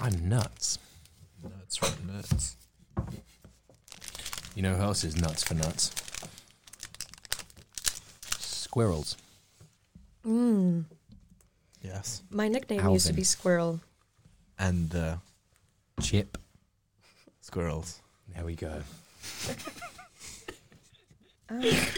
Speaker 1: I'm nuts.
Speaker 3: Nuts for nuts.
Speaker 1: You know who else is nuts for nuts? Squirrels.
Speaker 2: Mm.
Speaker 3: Yes.
Speaker 2: My nickname used to
Speaker 1: Alvin.
Speaker 2: be Squirrel.
Speaker 3: And uh,
Speaker 1: Chip.
Speaker 3: squirrels.
Speaker 1: There we go.
Speaker 2: Oh.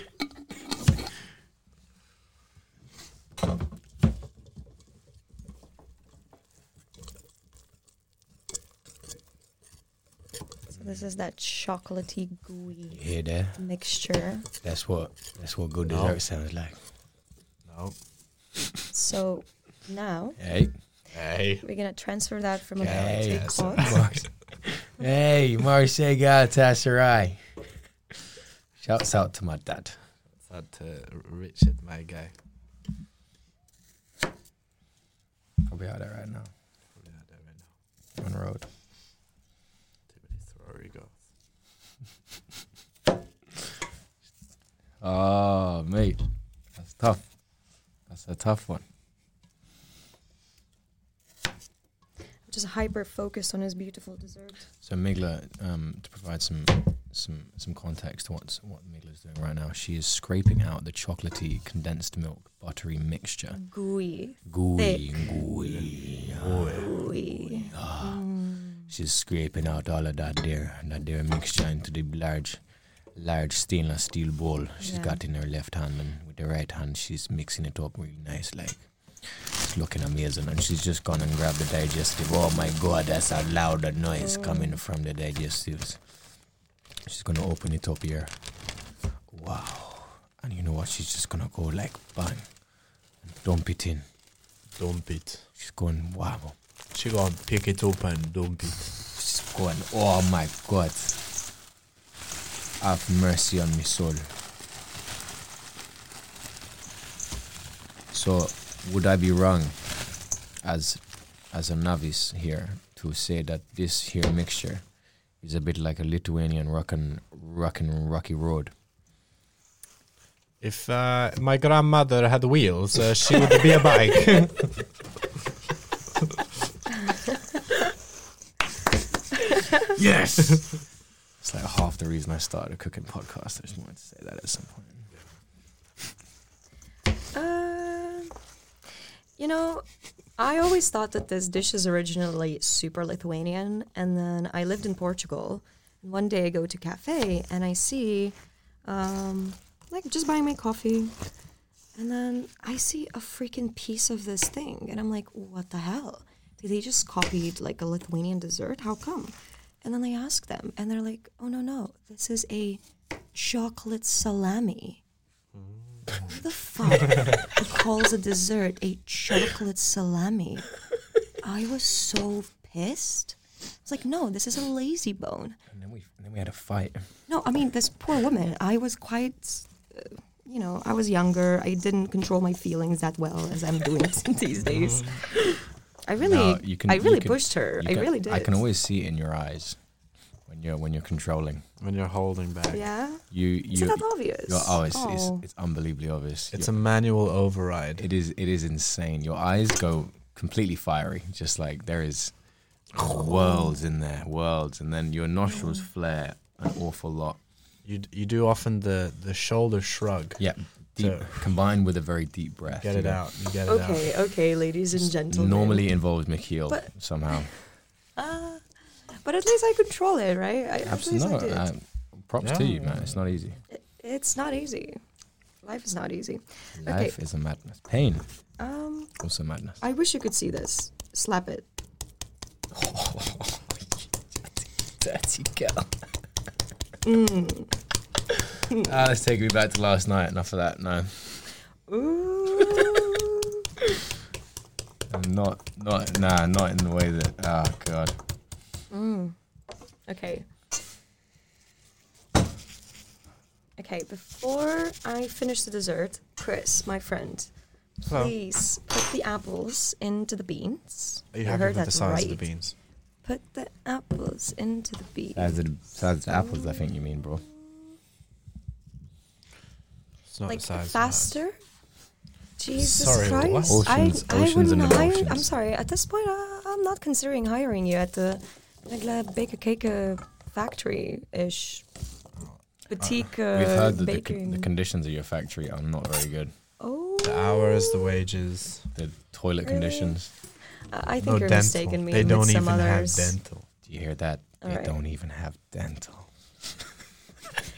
Speaker 2: So this is that chocolatey
Speaker 1: You
Speaker 2: gooey
Speaker 1: hear there?
Speaker 2: mixture.
Speaker 1: That's what that's what good
Speaker 3: No.
Speaker 1: dessert sounds like.
Speaker 3: No.
Speaker 2: So now
Speaker 1: Hey.
Speaker 3: Hey.
Speaker 2: we're gonna transfer that from a bowl
Speaker 1: Hey.
Speaker 2: to a
Speaker 3: Yes.
Speaker 2: pot.
Speaker 1: hey, Marseille Galatasaray. Shouts out to my dad.
Speaker 3: That's to Richard, my guy.
Speaker 1: I'll be out there right now.
Speaker 3: Probably out there right now.
Speaker 1: On the road.
Speaker 3: Too many throwery goals.
Speaker 1: Oh mate. That's tough. That's a tough one.
Speaker 2: Just hyper focused on his beautiful dessert.
Speaker 1: So Migla, um, to provide some some some context to what's what Migla's doing right now, she is scraping out the chocolatey condensed milk buttery mixture.
Speaker 2: Gooey,
Speaker 1: Gooey,
Speaker 2: Thick.
Speaker 1: gooey.
Speaker 2: gooey. Mm.
Speaker 1: She's scraping out all of that there, that there mixture into the large, large stainless steel bowl she's
Speaker 2: Yeah.
Speaker 1: got in her left hand, and with the right hand she's mixing it up really nice, like it's looking amazing. And she's just gone and grabbed the digestive. Oh my god, that's a louder noise coming from the digestives. She's gonna open it up here. Wow! And you know what? She's just gonna go like bang, and dump it in.
Speaker 3: Dump it.
Speaker 1: She's going wow.
Speaker 3: She gonna pick it up and dump it.
Speaker 1: She's gone. Oh my God. Have mercy on me soul. So, would I be wrong, as as a novice here, to say that this here mixture is a bit like a Lithuanian rockin' rockin' rocky road?
Speaker 3: If uh, my grandmother had wheels, uh, she would be a bike. yes.
Speaker 1: It's like half the reason I started a cooking podcast. I just wanted to say that at some point.
Speaker 2: Uh, you know, I always thought that this dish is originally super Lithuanian, and then I lived in Portugal. And one day I go to cafe and I see, um, like, just buying my coffee, and then I see a freaking piece of this thing, and I'm like, what the hell? Did they just copied like a Lithuanian dessert? How come? And then I ask them, and they're like, oh no no, this is a chocolate salami. Who the fuck calls a dessert a chocolate salami? I was so pissed. It's like, no, this is a lazy bone.
Speaker 1: And then we and then we had a fight.
Speaker 2: No, I mean, this poor woman, I was quite, uh, you know, I was younger. I didn't control my feelings that well as I'm doing these days. I really,
Speaker 1: No, Mm-hmm. you can-
Speaker 2: I
Speaker 1: you
Speaker 2: really
Speaker 1: can-
Speaker 2: pushed her.
Speaker 1: You
Speaker 2: I
Speaker 1: can-
Speaker 2: really did.
Speaker 1: I can always see it in your eyes when you're when you're controlling.
Speaker 3: When you're holding back.
Speaker 2: Yeah.
Speaker 1: You
Speaker 2: It's
Speaker 1: you
Speaker 2: not obvious.
Speaker 1: you're- oh it's,
Speaker 2: Oh.
Speaker 1: it's it's unbelievably obvious.
Speaker 3: It's
Speaker 1: Your-
Speaker 3: a manual override.
Speaker 1: it is it is insane. Your eyes go completely fiery, just like there is worlds in there, worlds, and then your nostrils flare an awful lot.
Speaker 3: You d- you do often the the shoulder shrug.
Speaker 1: Yeah, deep
Speaker 3: So-
Speaker 1: combined with a very deep breath.
Speaker 3: Get
Speaker 1: you
Speaker 3: it
Speaker 1: know.
Speaker 3: out. You get it out.
Speaker 2: okay, okay, ladies and gentlemen.
Speaker 1: Normally involves Mikhail
Speaker 2: But-
Speaker 1: somehow.
Speaker 2: Ah, but at least I control it, right? I, at least I
Speaker 1: Absolutely.
Speaker 2: did.
Speaker 1: uh, props to
Speaker 3: Yeah.
Speaker 1: you, man. It's not easy.
Speaker 2: It- it's not easy. Life is not easy. Okay.
Speaker 1: Life is a madness. Pain
Speaker 2: Um,
Speaker 1: also madness.
Speaker 2: I wish you could see this. Slap it.
Speaker 1: Dirty girl. Mm. Ah, let's take me back to last night. Enough of that. No,
Speaker 2: Ooh.
Speaker 1: I'm not, not, nah, not in the way that. Oh god.
Speaker 2: okay. Okay, before I finish the dessert, Chris, my friend,
Speaker 3: Hello.
Speaker 2: please put the apples into the beans.
Speaker 3: Are you
Speaker 2: I
Speaker 3: happy
Speaker 2: heard
Speaker 3: with the
Speaker 2: that
Speaker 3: size of
Speaker 2: right.
Speaker 3: the beans?
Speaker 2: Put the apples into the beans.
Speaker 1: Size of, the, size of the apples, I think you mean, bro.
Speaker 3: It's not
Speaker 2: like
Speaker 3: the size. of
Speaker 2: faster. Jesus
Speaker 3: Sorry, what?
Speaker 2: Christ!
Speaker 1: Oceans-
Speaker 2: I, I
Speaker 1: oceans
Speaker 2: wouldn't
Speaker 1: and
Speaker 2: hire. I'm
Speaker 1: emotions.
Speaker 2: sorry. At this point, I, I'm not considering hiring you at the Nagla Baker Cake uh, Factory ish boutique uh,
Speaker 1: We've heard that the,
Speaker 2: bakery.
Speaker 1: con- the conditions of your factory are not very good.
Speaker 2: oh,
Speaker 3: The hours, the wages,
Speaker 1: The toilet
Speaker 2: Really?
Speaker 1: conditions.
Speaker 2: I I think
Speaker 3: no
Speaker 2: you're
Speaker 3: dental.
Speaker 2: mistaken me
Speaker 3: they
Speaker 2: with
Speaker 3: don't even
Speaker 2: some others.
Speaker 3: have dental.
Speaker 1: Do you hear that? they
Speaker 2: Alright.
Speaker 1: don't even have dental.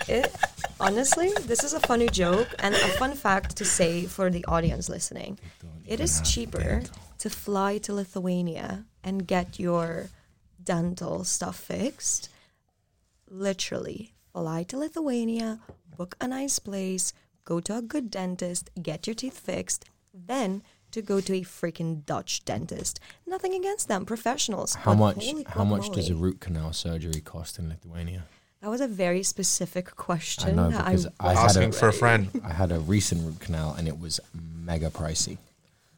Speaker 2: It- honestly, this is a funny joke and a fun fact to say for the audience listening. It is cheaper to fly to Lithuania and get your dental stuff fixed. Literally, fly to Lithuania, book a nice place, go to a good dentist, get your teeth fixed, then to go to a freaking Dutch dentist. Nothing against them, professionals.
Speaker 1: How
Speaker 2: but
Speaker 1: much?
Speaker 2: holy
Speaker 1: How much does a
Speaker 2: guacamole.
Speaker 1: root canal surgery cost in Lithuania?
Speaker 2: That was a very specific question.
Speaker 1: know, because I had
Speaker 3: Asking
Speaker 1: a-
Speaker 3: for a friend.
Speaker 1: I had a recent root canal and it was mega pricey.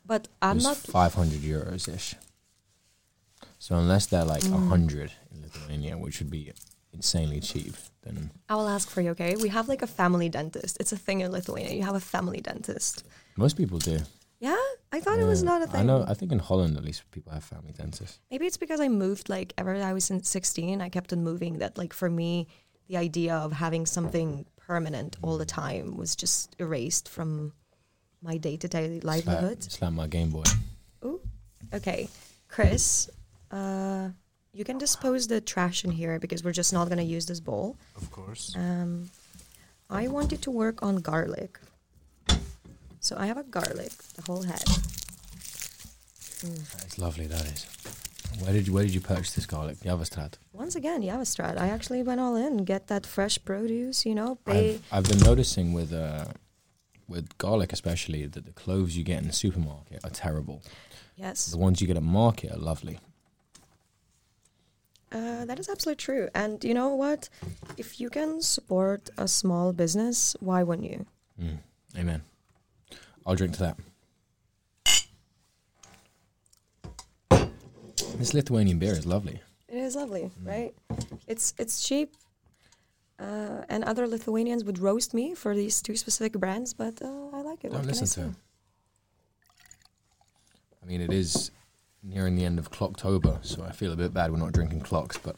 Speaker 2: but
Speaker 1: it
Speaker 2: I'm
Speaker 1: was
Speaker 2: not
Speaker 1: 500 euros ish. So unless they're like a
Speaker 2: Mm.
Speaker 1: 100 in Lithuania, which would be insanely cheap, then
Speaker 2: I will ask for you, okay? We have like a family dentist. It's a thing in Lithuania. You have a family dentist.
Speaker 1: most people do.
Speaker 2: Yeah? I thought it was
Speaker 1: Yeah.
Speaker 2: not a thing.
Speaker 1: I know. I think in Holland at least people have family dentists.
Speaker 2: Maybe it's because I moved like ever I was in 16, I kept on moving that like for me the idea of having something permanent all the time was just erased from my day-to-day
Speaker 1: It's like-
Speaker 2: livelihood.
Speaker 1: It's like my Game Boy.
Speaker 2: Okay. Chris, uh you can dispose the trash in here because we're just not going to use this bowl.
Speaker 3: Of course.
Speaker 2: Um, I wanted to work on garlic. So I have a garlic, the whole head.
Speaker 1: It's lovely. That is. Where did you Where did you purchase this garlic? Yavastad.
Speaker 2: Once again, Yavastrad, I actually went all in, get that fresh produce, you know, pay.
Speaker 1: I've, I've been noticing with uh, with garlic especially that the cloves you get in the supermarket are terrible.
Speaker 2: Yes,
Speaker 1: The ones you get at market are lovely.
Speaker 2: uh, that is absolutely true. And you know what? If you can support a small business, why wouldn't you?
Speaker 1: Mm. Amen. I'll drink to that. This Lithuanian beer is lovely.
Speaker 2: It is lovely,
Speaker 3: Mm.
Speaker 2: right? It's it's cheap. Uh, and other Lithuanians would roast me for these two specific brands, but uh, I like it.
Speaker 1: Don't
Speaker 2: What can I
Speaker 1: listen to
Speaker 2: say?
Speaker 1: him. I mean, it is nearing the end of Clocktober, so I feel a bit bad we're not drinking clocks, but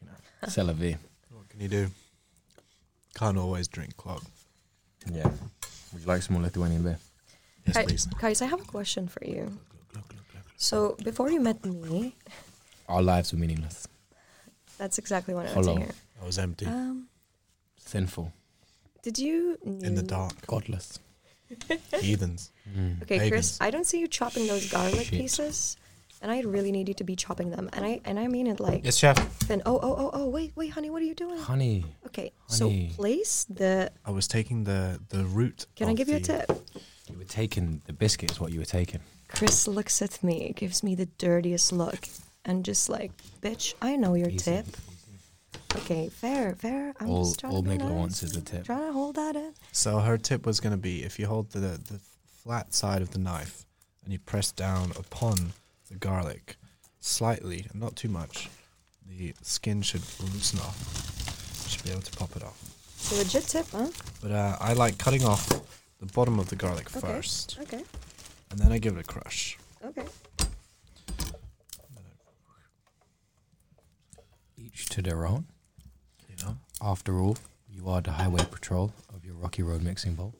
Speaker 1: you know, c'est la vie.
Speaker 3: What can you do? Can't always drink clog.
Speaker 1: Yeah. Would you like some more Lithuanian beer?
Speaker 3: Yes,
Speaker 2: Kai-
Speaker 3: please.
Speaker 2: Kais, I have a question for you. So before you met me,
Speaker 1: Our lives were meaningless,
Speaker 2: that's exactly what I wanted
Speaker 1: Hello.
Speaker 2: to hear.
Speaker 3: I was empty
Speaker 2: Um,
Speaker 1: sinful,
Speaker 2: did you
Speaker 3: in the
Speaker 2: knew-
Speaker 3: dark.
Speaker 1: godless.
Speaker 3: Heathens.
Speaker 1: Mm.
Speaker 2: Okay, Chris,
Speaker 3: Pagans.
Speaker 2: I don't see you chopping those garlic
Speaker 1: Shit.
Speaker 2: pieces, and I really need you to be chopping them. And I and I mean it like
Speaker 3: Yes, chef.
Speaker 2: Finn. Oh oh oh oh wait wait honey, what are you doing?
Speaker 1: Honey,
Speaker 2: Okay,
Speaker 1: Honey.
Speaker 2: so place the.
Speaker 3: I was taking the the root.
Speaker 2: Can I
Speaker 3: of
Speaker 2: give you a
Speaker 3: the-
Speaker 2: tip?
Speaker 1: You were taking the biscuit, is what you were taking.
Speaker 2: Chris looks at me, gives me the dirtiest look, and just like, bitch, I know your
Speaker 1: Easy.
Speaker 2: tip. Okay, fair, fair. I'm
Speaker 1: all
Speaker 2: just trying
Speaker 1: all
Speaker 2: to be
Speaker 1: Migla
Speaker 2: nice.
Speaker 1: wants is the tip.
Speaker 2: Trying to hold that in.
Speaker 3: So her tip was going to be if you hold the, the flat side of the knife and you press down upon the garlic slightly, and not too much, the skin should loosen off. You should be able to pop it off.
Speaker 2: Legit tip, huh?
Speaker 3: But uh, I like cutting off the bottom of the garlic
Speaker 2: Okay.
Speaker 3: first,
Speaker 2: Okay,
Speaker 3: and then I give it a crush.
Speaker 2: okay.
Speaker 1: Each to their own.
Speaker 3: You know?
Speaker 1: After all, you are the highway patrol of your Rocky Road mixing bowl.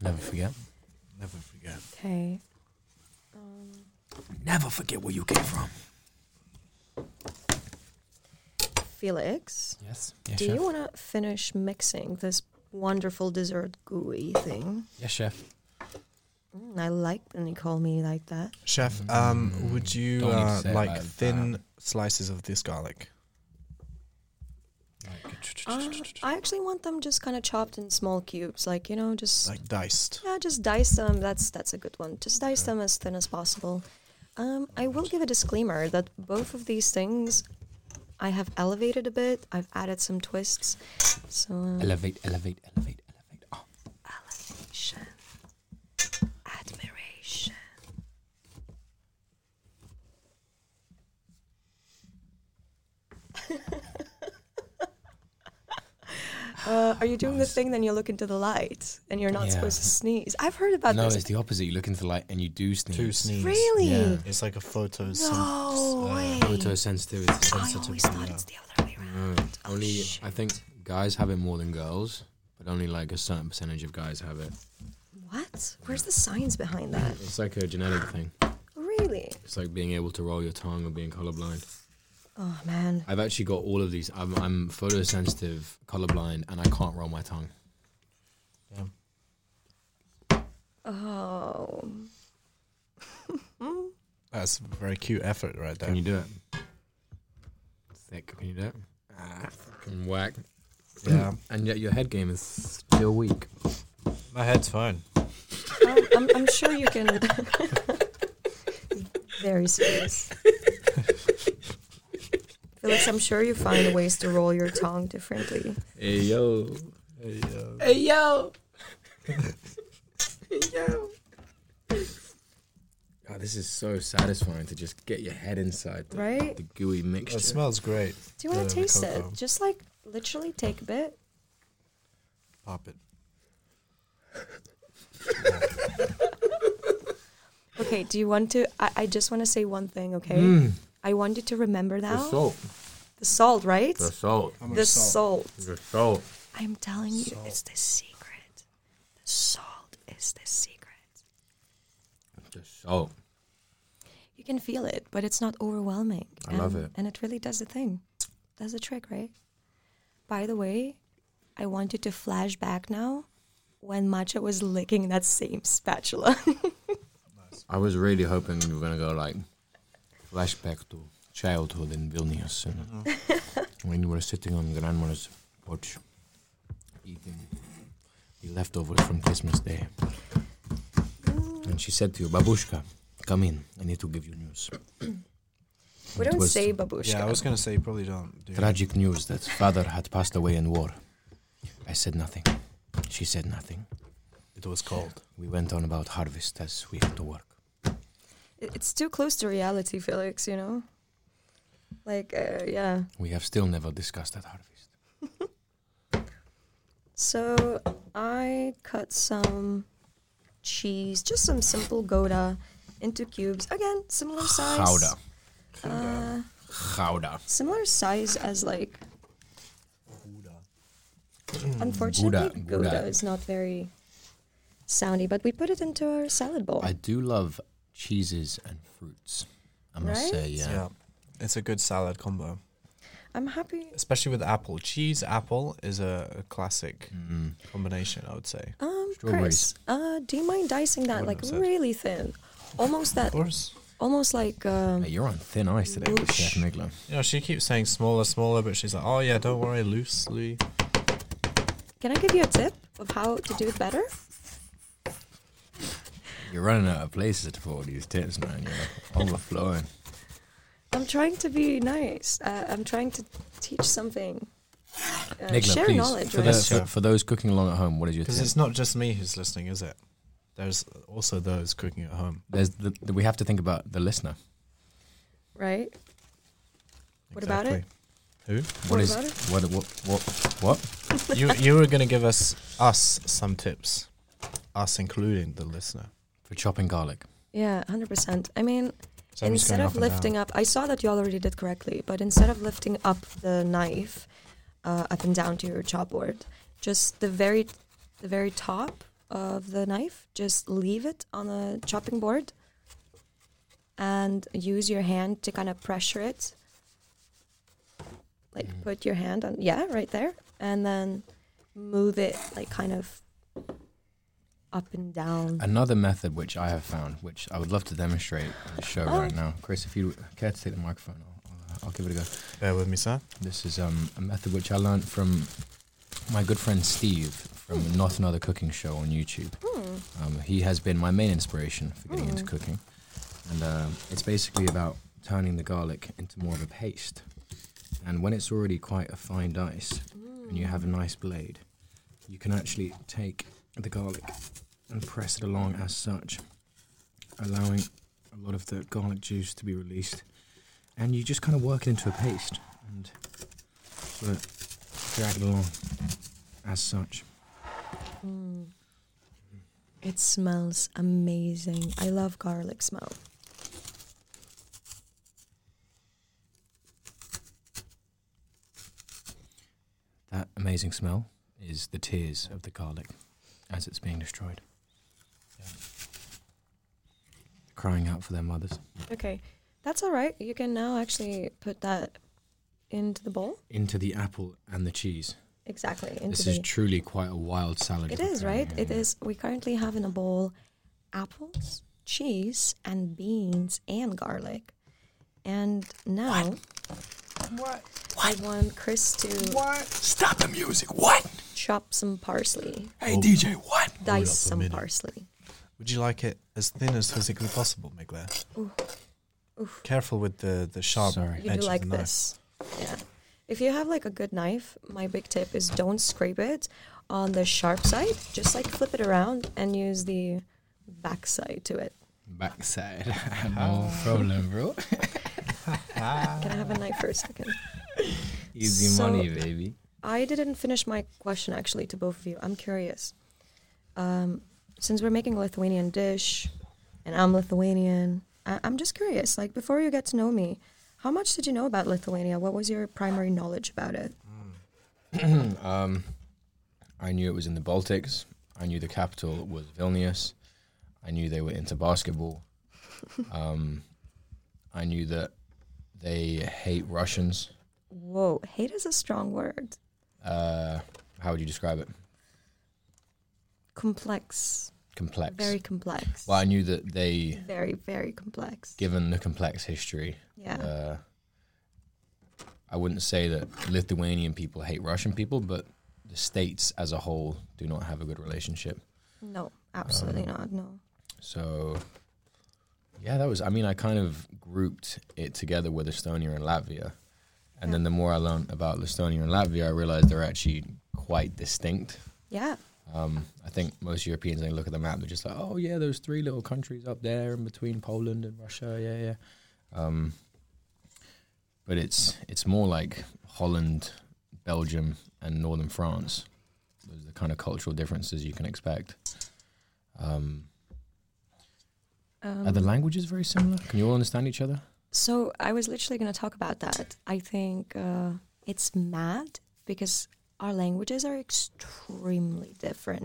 Speaker 1: Never forget.
Speaker 3: Never forget.
Speaker 2: Okay.
Speaker 1: Never forget where you came from.
Speaker 2: Felix,
Speaker 1: Yes. Yes,
Speaker 2: do
Speaker 1: chef.
Speaker 2: you want to finish mixing this wonderful dessert gooey thing?
Speaker 1: yes, chef.
Speaker 2: Mm, I like when you call me like that.
Speaker 3: Chef, um, would you
Speaker 1: Don't need to
Speaker 3: uh,
Speaker 1: say
Speaker 3: like
Speaker 1: about
Speaker 3: thin slices of this garlic?
Speaker 1: Ah.
Speaker 2: Uh, I actually want them just kind of chopped in small cubes, like you know, just
Speaker 3: Like diced.
Speaker 2: Yeah, just dice them. That's that's a good one. Just dice them as thin as possible. Um, I will give a disclaimer that both of these things I have elevated a bit. I've added some twists. So uh,
Speaker 1: Elevate, elevate, elevate, elevate. Oh,
Speaker 2: elevation, admiration. Uh, are you doing the thing? Then you look into the light, and you're not
Speaker 1: Yeah.
Speaker 2: supposed to sneeze. I've heard about
Speaker 1: no,
Speaker 2: this.
Speaker 1: it's the opposite. You look into the light and you do sneeze.
Speaker 3: Two sneeze.
Speaker 2: really?
Speaker 1: Yeah.
Speaker 3: It's like a photo.
Speaker 1: uh,
Speaker 2: No way.
Speaker 1: Photosensitivity.
Speaker 2: I always thought
Speaker 1: uh,
Speaker 2: it's the other way around.
Speaker 1: No, only I think guys have it more than girls, but only like a certain percentage of guys have it.
Speaker 2: What? Where's the science behind that?
Speaker 1: It's like a genetic thing.
Speaker 2: Really?
Speaker 1: It's like being able to roll your tongue or being colorblind.
Speaker 2: Oh man.
Speaker 1: I've actually got all of these. I'm, I'm photosensitive, colorblind, and I can't roll my tongue.
Speaker 2: Oh.
Speaker 3: That's a very cute effort right there.
Speaker 1: Can you do it? Thick. Can you do it? Ah, fucking whack.
Speaker 3: yeah.
Speaker 1: And yet your head game is still weak.
Speaker 3: My head's fine.
Speaker 2: Um, I'm, I'm sure you can. Very serious. Felix, I'm sure you find ways to roll your tongue differently.
Speaker 1: Hey yo.
Speaker 2: Hey yo. hey yo.
Speaker 1: Oh, this is so satisfying to just get your head inside the,
Speaker 2: Right?
Speaker 1: the gooey mixture.
Speaker 3: It smells great.
Speaker 2: Do you want
Speaker 3: The
Speaker 2: to taste it?
Speaker 3: cocoa.
Speaker 2: Just like literally take a bit.
Speaker 3: Pop it.
Speaker 2: Okay. Do you want to? I, I just want to say one thing. Okay. I want you to remember now.
Speaker 1: the salt.
Speaker 2: The salt, right?
Speaker 1: The salt.
Speaker 3: How much
Speaker 2: the
Speaker 3: salt?
Speaker 2: salt.
Speaker 1: The salt.
Speaker 2: I'm telling you, it's the secret. The salt is the secret.
Speaker 1: The salt.
Speaker 2: You can feel it, but it's not overwhelming.
Speaker 1: I love
Speaker 2: And-
Speaker 1: it.
Speaker 2: And it really does the thing. Does the trick, right? By the way, I want you to flash back now when Matcha was licking that same spatula.
Speaker 1: I was really hoping you were gonna go like flashback to childhood in Vilnius and when you were sitting on grandmother's porch eating the leftovers from Christmas Day. And she said to you, Babushka, come in, I need to give you news.
Speaker 2: we
Speaker 1: It
Speaker 2: don't
Speaker 1: was
Speaker 2: say babushka.
Speaker 3: Yeah, I was gonna say you probably don't do.
Speaker 1: Tragic news that father had passed away in war. I said nothing. She said nothing.
Speaker 3: It was cold.
Speaker 1: We went on about harvest as we had to work.
Speaker 2: It- It's too close to reality, Felix, you know? Like, uh, yeah.
Speaker 1: We have still never discussed that harvest.
Speaker 2: So I cut some cheese, just some simple Gouda, into cubes. Again, similar size.
Speaker 1: Chowder.
Speaker 2: Uh,
Speaker 1: Chowder.
Speaker 2: similar size as like.
Speaker 1: Gouda,
Speaker 2: Unfortunately,
Speaker 1: Gouda.
Speaker 2: Gouda, is not very soundy, but we put it into our salad bowl.
Speaker 1: I do love cheeses and fruits. I must
Speaker 2: Right?
Speaker 1: say, yeah.
Speaker 3: Yeah. It's a good salad combo,
Speaker 2: I'm happy.
Speaker 3: especially with apple. Cheese apple is a, a classic combination, I would say.
Speaker 2: Um,
Speaker 1: Strawberries.
Speaker 2: Chris, uh, do you mind dicing that
Speaker 3: wouldn't
Speaker 2: like
Speaker 3: have said.
Speaker 2: really thin, almost that,
Speaker 3: Of course.
Speaker 2: almost like um,
Speaker 1: Hey, you're on thin ice today, with
Speaker 2: Whoosh.
Speaker 1: Chef Miglo.
Speaker 3: You know, she keeps saying smaller, smaller, but she's like, oh yeah, don't worry, loosely.
Speaker 2: Can I give you a tip of how to do it better?
Speaker 1: You're running out of places for all these tips, man. You're overflowing.
Speaker 2: I'm trying to be nice. Uh, I'm trying to teach something. Uh,
Speaker 1: Nicola,
Speaker 2: share
Speaker 1: please,
Speaker 2: knowledge.
Speaker 1: for,
Speaker 2: Right?
Speaker 1: the,
Speaker 3: Yes,
Speaker 1: for,
Speaker 3: sir.
Speaker 1: for those cooking along at home, what is your tip?
Speaker 3: Because it's not just me who's listening, is it? There's also those cooking at home.
Speaker 1: There's the, the, we have to think about the listener.
Speaker 2: right? What about it?
Speaker 1: What
Speaker 2: What
Speaker 1: is
Speaker 2: about
Speaker 1: what what what what?
Speaker 3: Exactly. you you were going to give us us some tips, us including the listener.
Speaker 1: For chopping garlic.
Speaker 2: Yeah, 100%. I mean,
Speaker 3: So I'm just
Speaker 2: instead
Speaker 3: going
Speaker 2: of
Speaker 3: up and down.
Speaker 2: lifting up, I saw that you already did correctly, but instead of lifting up the knife uh, up and down to your chop board, just the very, the very top of the knife, just leave it on a chopping board, and use your hand to kind of pressure it.
Speaker 3: Mm.
Speaker 2: Like put your hand on, yeah, right there, and then move it like kind of up and down.
Speaker 1: Another method which I have found, which I would love to demonstrate on the show
Speaker 2: Oh.
Speaker 1: right now. Chris, if you care to take the microphone, I'll, I'll, I'll give it a go.
Speaker 3: Bear with me, sir.
Speaker 1: This is um, a method which I learned from my good friend Steve from Not Another Cooking Show on YouTube.
Speaker 2: Hmm.
Speaker 1: Um, he has been my main inspiration for getting into
Speaker 2: Mm.
Speaker 1: cooking. And um, it's basically about turning the garlic into more of a paste. And when it's already quite a fine dice
Speaker 2: hmm.
Speaker 1: and you have a nice blade, you can actually take the garlic and press it along as such, allowing a lot of the garlic juice to be released. And you just kind of work it into a paste and sort of drag it along as such.
Speaker 2: Mm. It smells amazing. I love garlic smell.
Speaker 1: That amazing smell is the tears of the garlic as it's being destroyed. Crying out for their mothers.
Speaker 2: Okay, that's all right. You can now actually put that into the bowl.
Speaker 1: Into the apple and the cheese.
Speaker 2: Exactly. Into
Speaker 1: this
Speaker 2: the,
Speaker 1: is truly quite a wild salad. eh?
Speaker 2: it
Speaker 1: we're
Speaker 2: is
Speaker 1: creating
Speaker 2: right.
Speaker 1: here.
Speaker 2: It is. We currently have in a bowl apples, cheese, and beans and garlic. And now
Speaker 1: What?
Speaker 2: I want Chris to
Speaker 1: What? Stop the music. What?
Speaker 2: chop some parsley,
Speaker 1: Hey, DJ, what?
Speaker 2: dice
Speaker 3: up a
Speaker 2: some
Speaker 3: minute.
Speaker 2: parsley.
Speaker 3: Would you like it as thin as physically possible, Migler?
Speaker 2: Ooh. Oof.
Speaker 3: Careful with the the sharp
Speaker 1: Sorry.
Speaker 2: you
Speaker 3: edge
Speaker 2: do
Speaker 3: of
Speaker 2: like
Speaker 3: the knife.
Speaker 2: this. Yeah. If you have like a good knife, my big tip is don't scrape it on the sharp side. Just like flip it around and use the back side to it.
Speaker 1: Backside. no problem, bro.
Speaker 2: Can I have a knife for a second?
Speaker 1: Easy
Speaker 2: So-
Speaker 1: money, baby.
Speaker 2: I didn't finish my question actually to both of you. I'm curious. Um, since we're making a Lithuanian dish and I'm Lithuanian, I- I'm just curious. Like, before you get to know me, how much did you know about Lithuania? What was your primary knowledge about it?
Speaker 1: um, I knew it was in the Baltics. I knew the capital was Vilnius. I knew they were into basketball. Um, I knew that they hate Russians.
Speaker 2: Whoa, hate is a strong word.
Speaker 1: Uh, how would you describe it?
Speaker 2: Complex.
Speaker 1: Complex.
Speaker 2: Very complex.
Speaker 1: well, I knew that they,
Speaker 2: Very, very complex.
Speaker 1: given the complex history,
Speaker 2: Yeah.
Speaker 1: uh, I wouldn't say that Lithuanian people hate Russian people, but the states as a whole do not have a good relationship.
Speaker 2: no, absolutely
Speaker 1: um,
Speaker 2: not. No.
Speaker 1: So, yeah, that was. I mean, I kind of grouped it together with Estonia and Latvia, and then the more I learned about Estonia and Latvia, I realized they're actually quite distinct.
Speaker 2: Yeah.
Speaker 1: Um, I think most Europeans, they look at the map, they're just like, oh yeah, those three little countries up there in between Poland and Russia, yeah, yeah. Um, but it's it's more like Holland, Belgium, and northern France. Those are the kind of cultural differences you can expect. Um,
Speaker 2: Um,
Speaker 1: Are the languages very similar? Can you all understand each other?
Speaker 2: So I was literally going to talk about that. I think uh, it's mad because our languages are extremely different.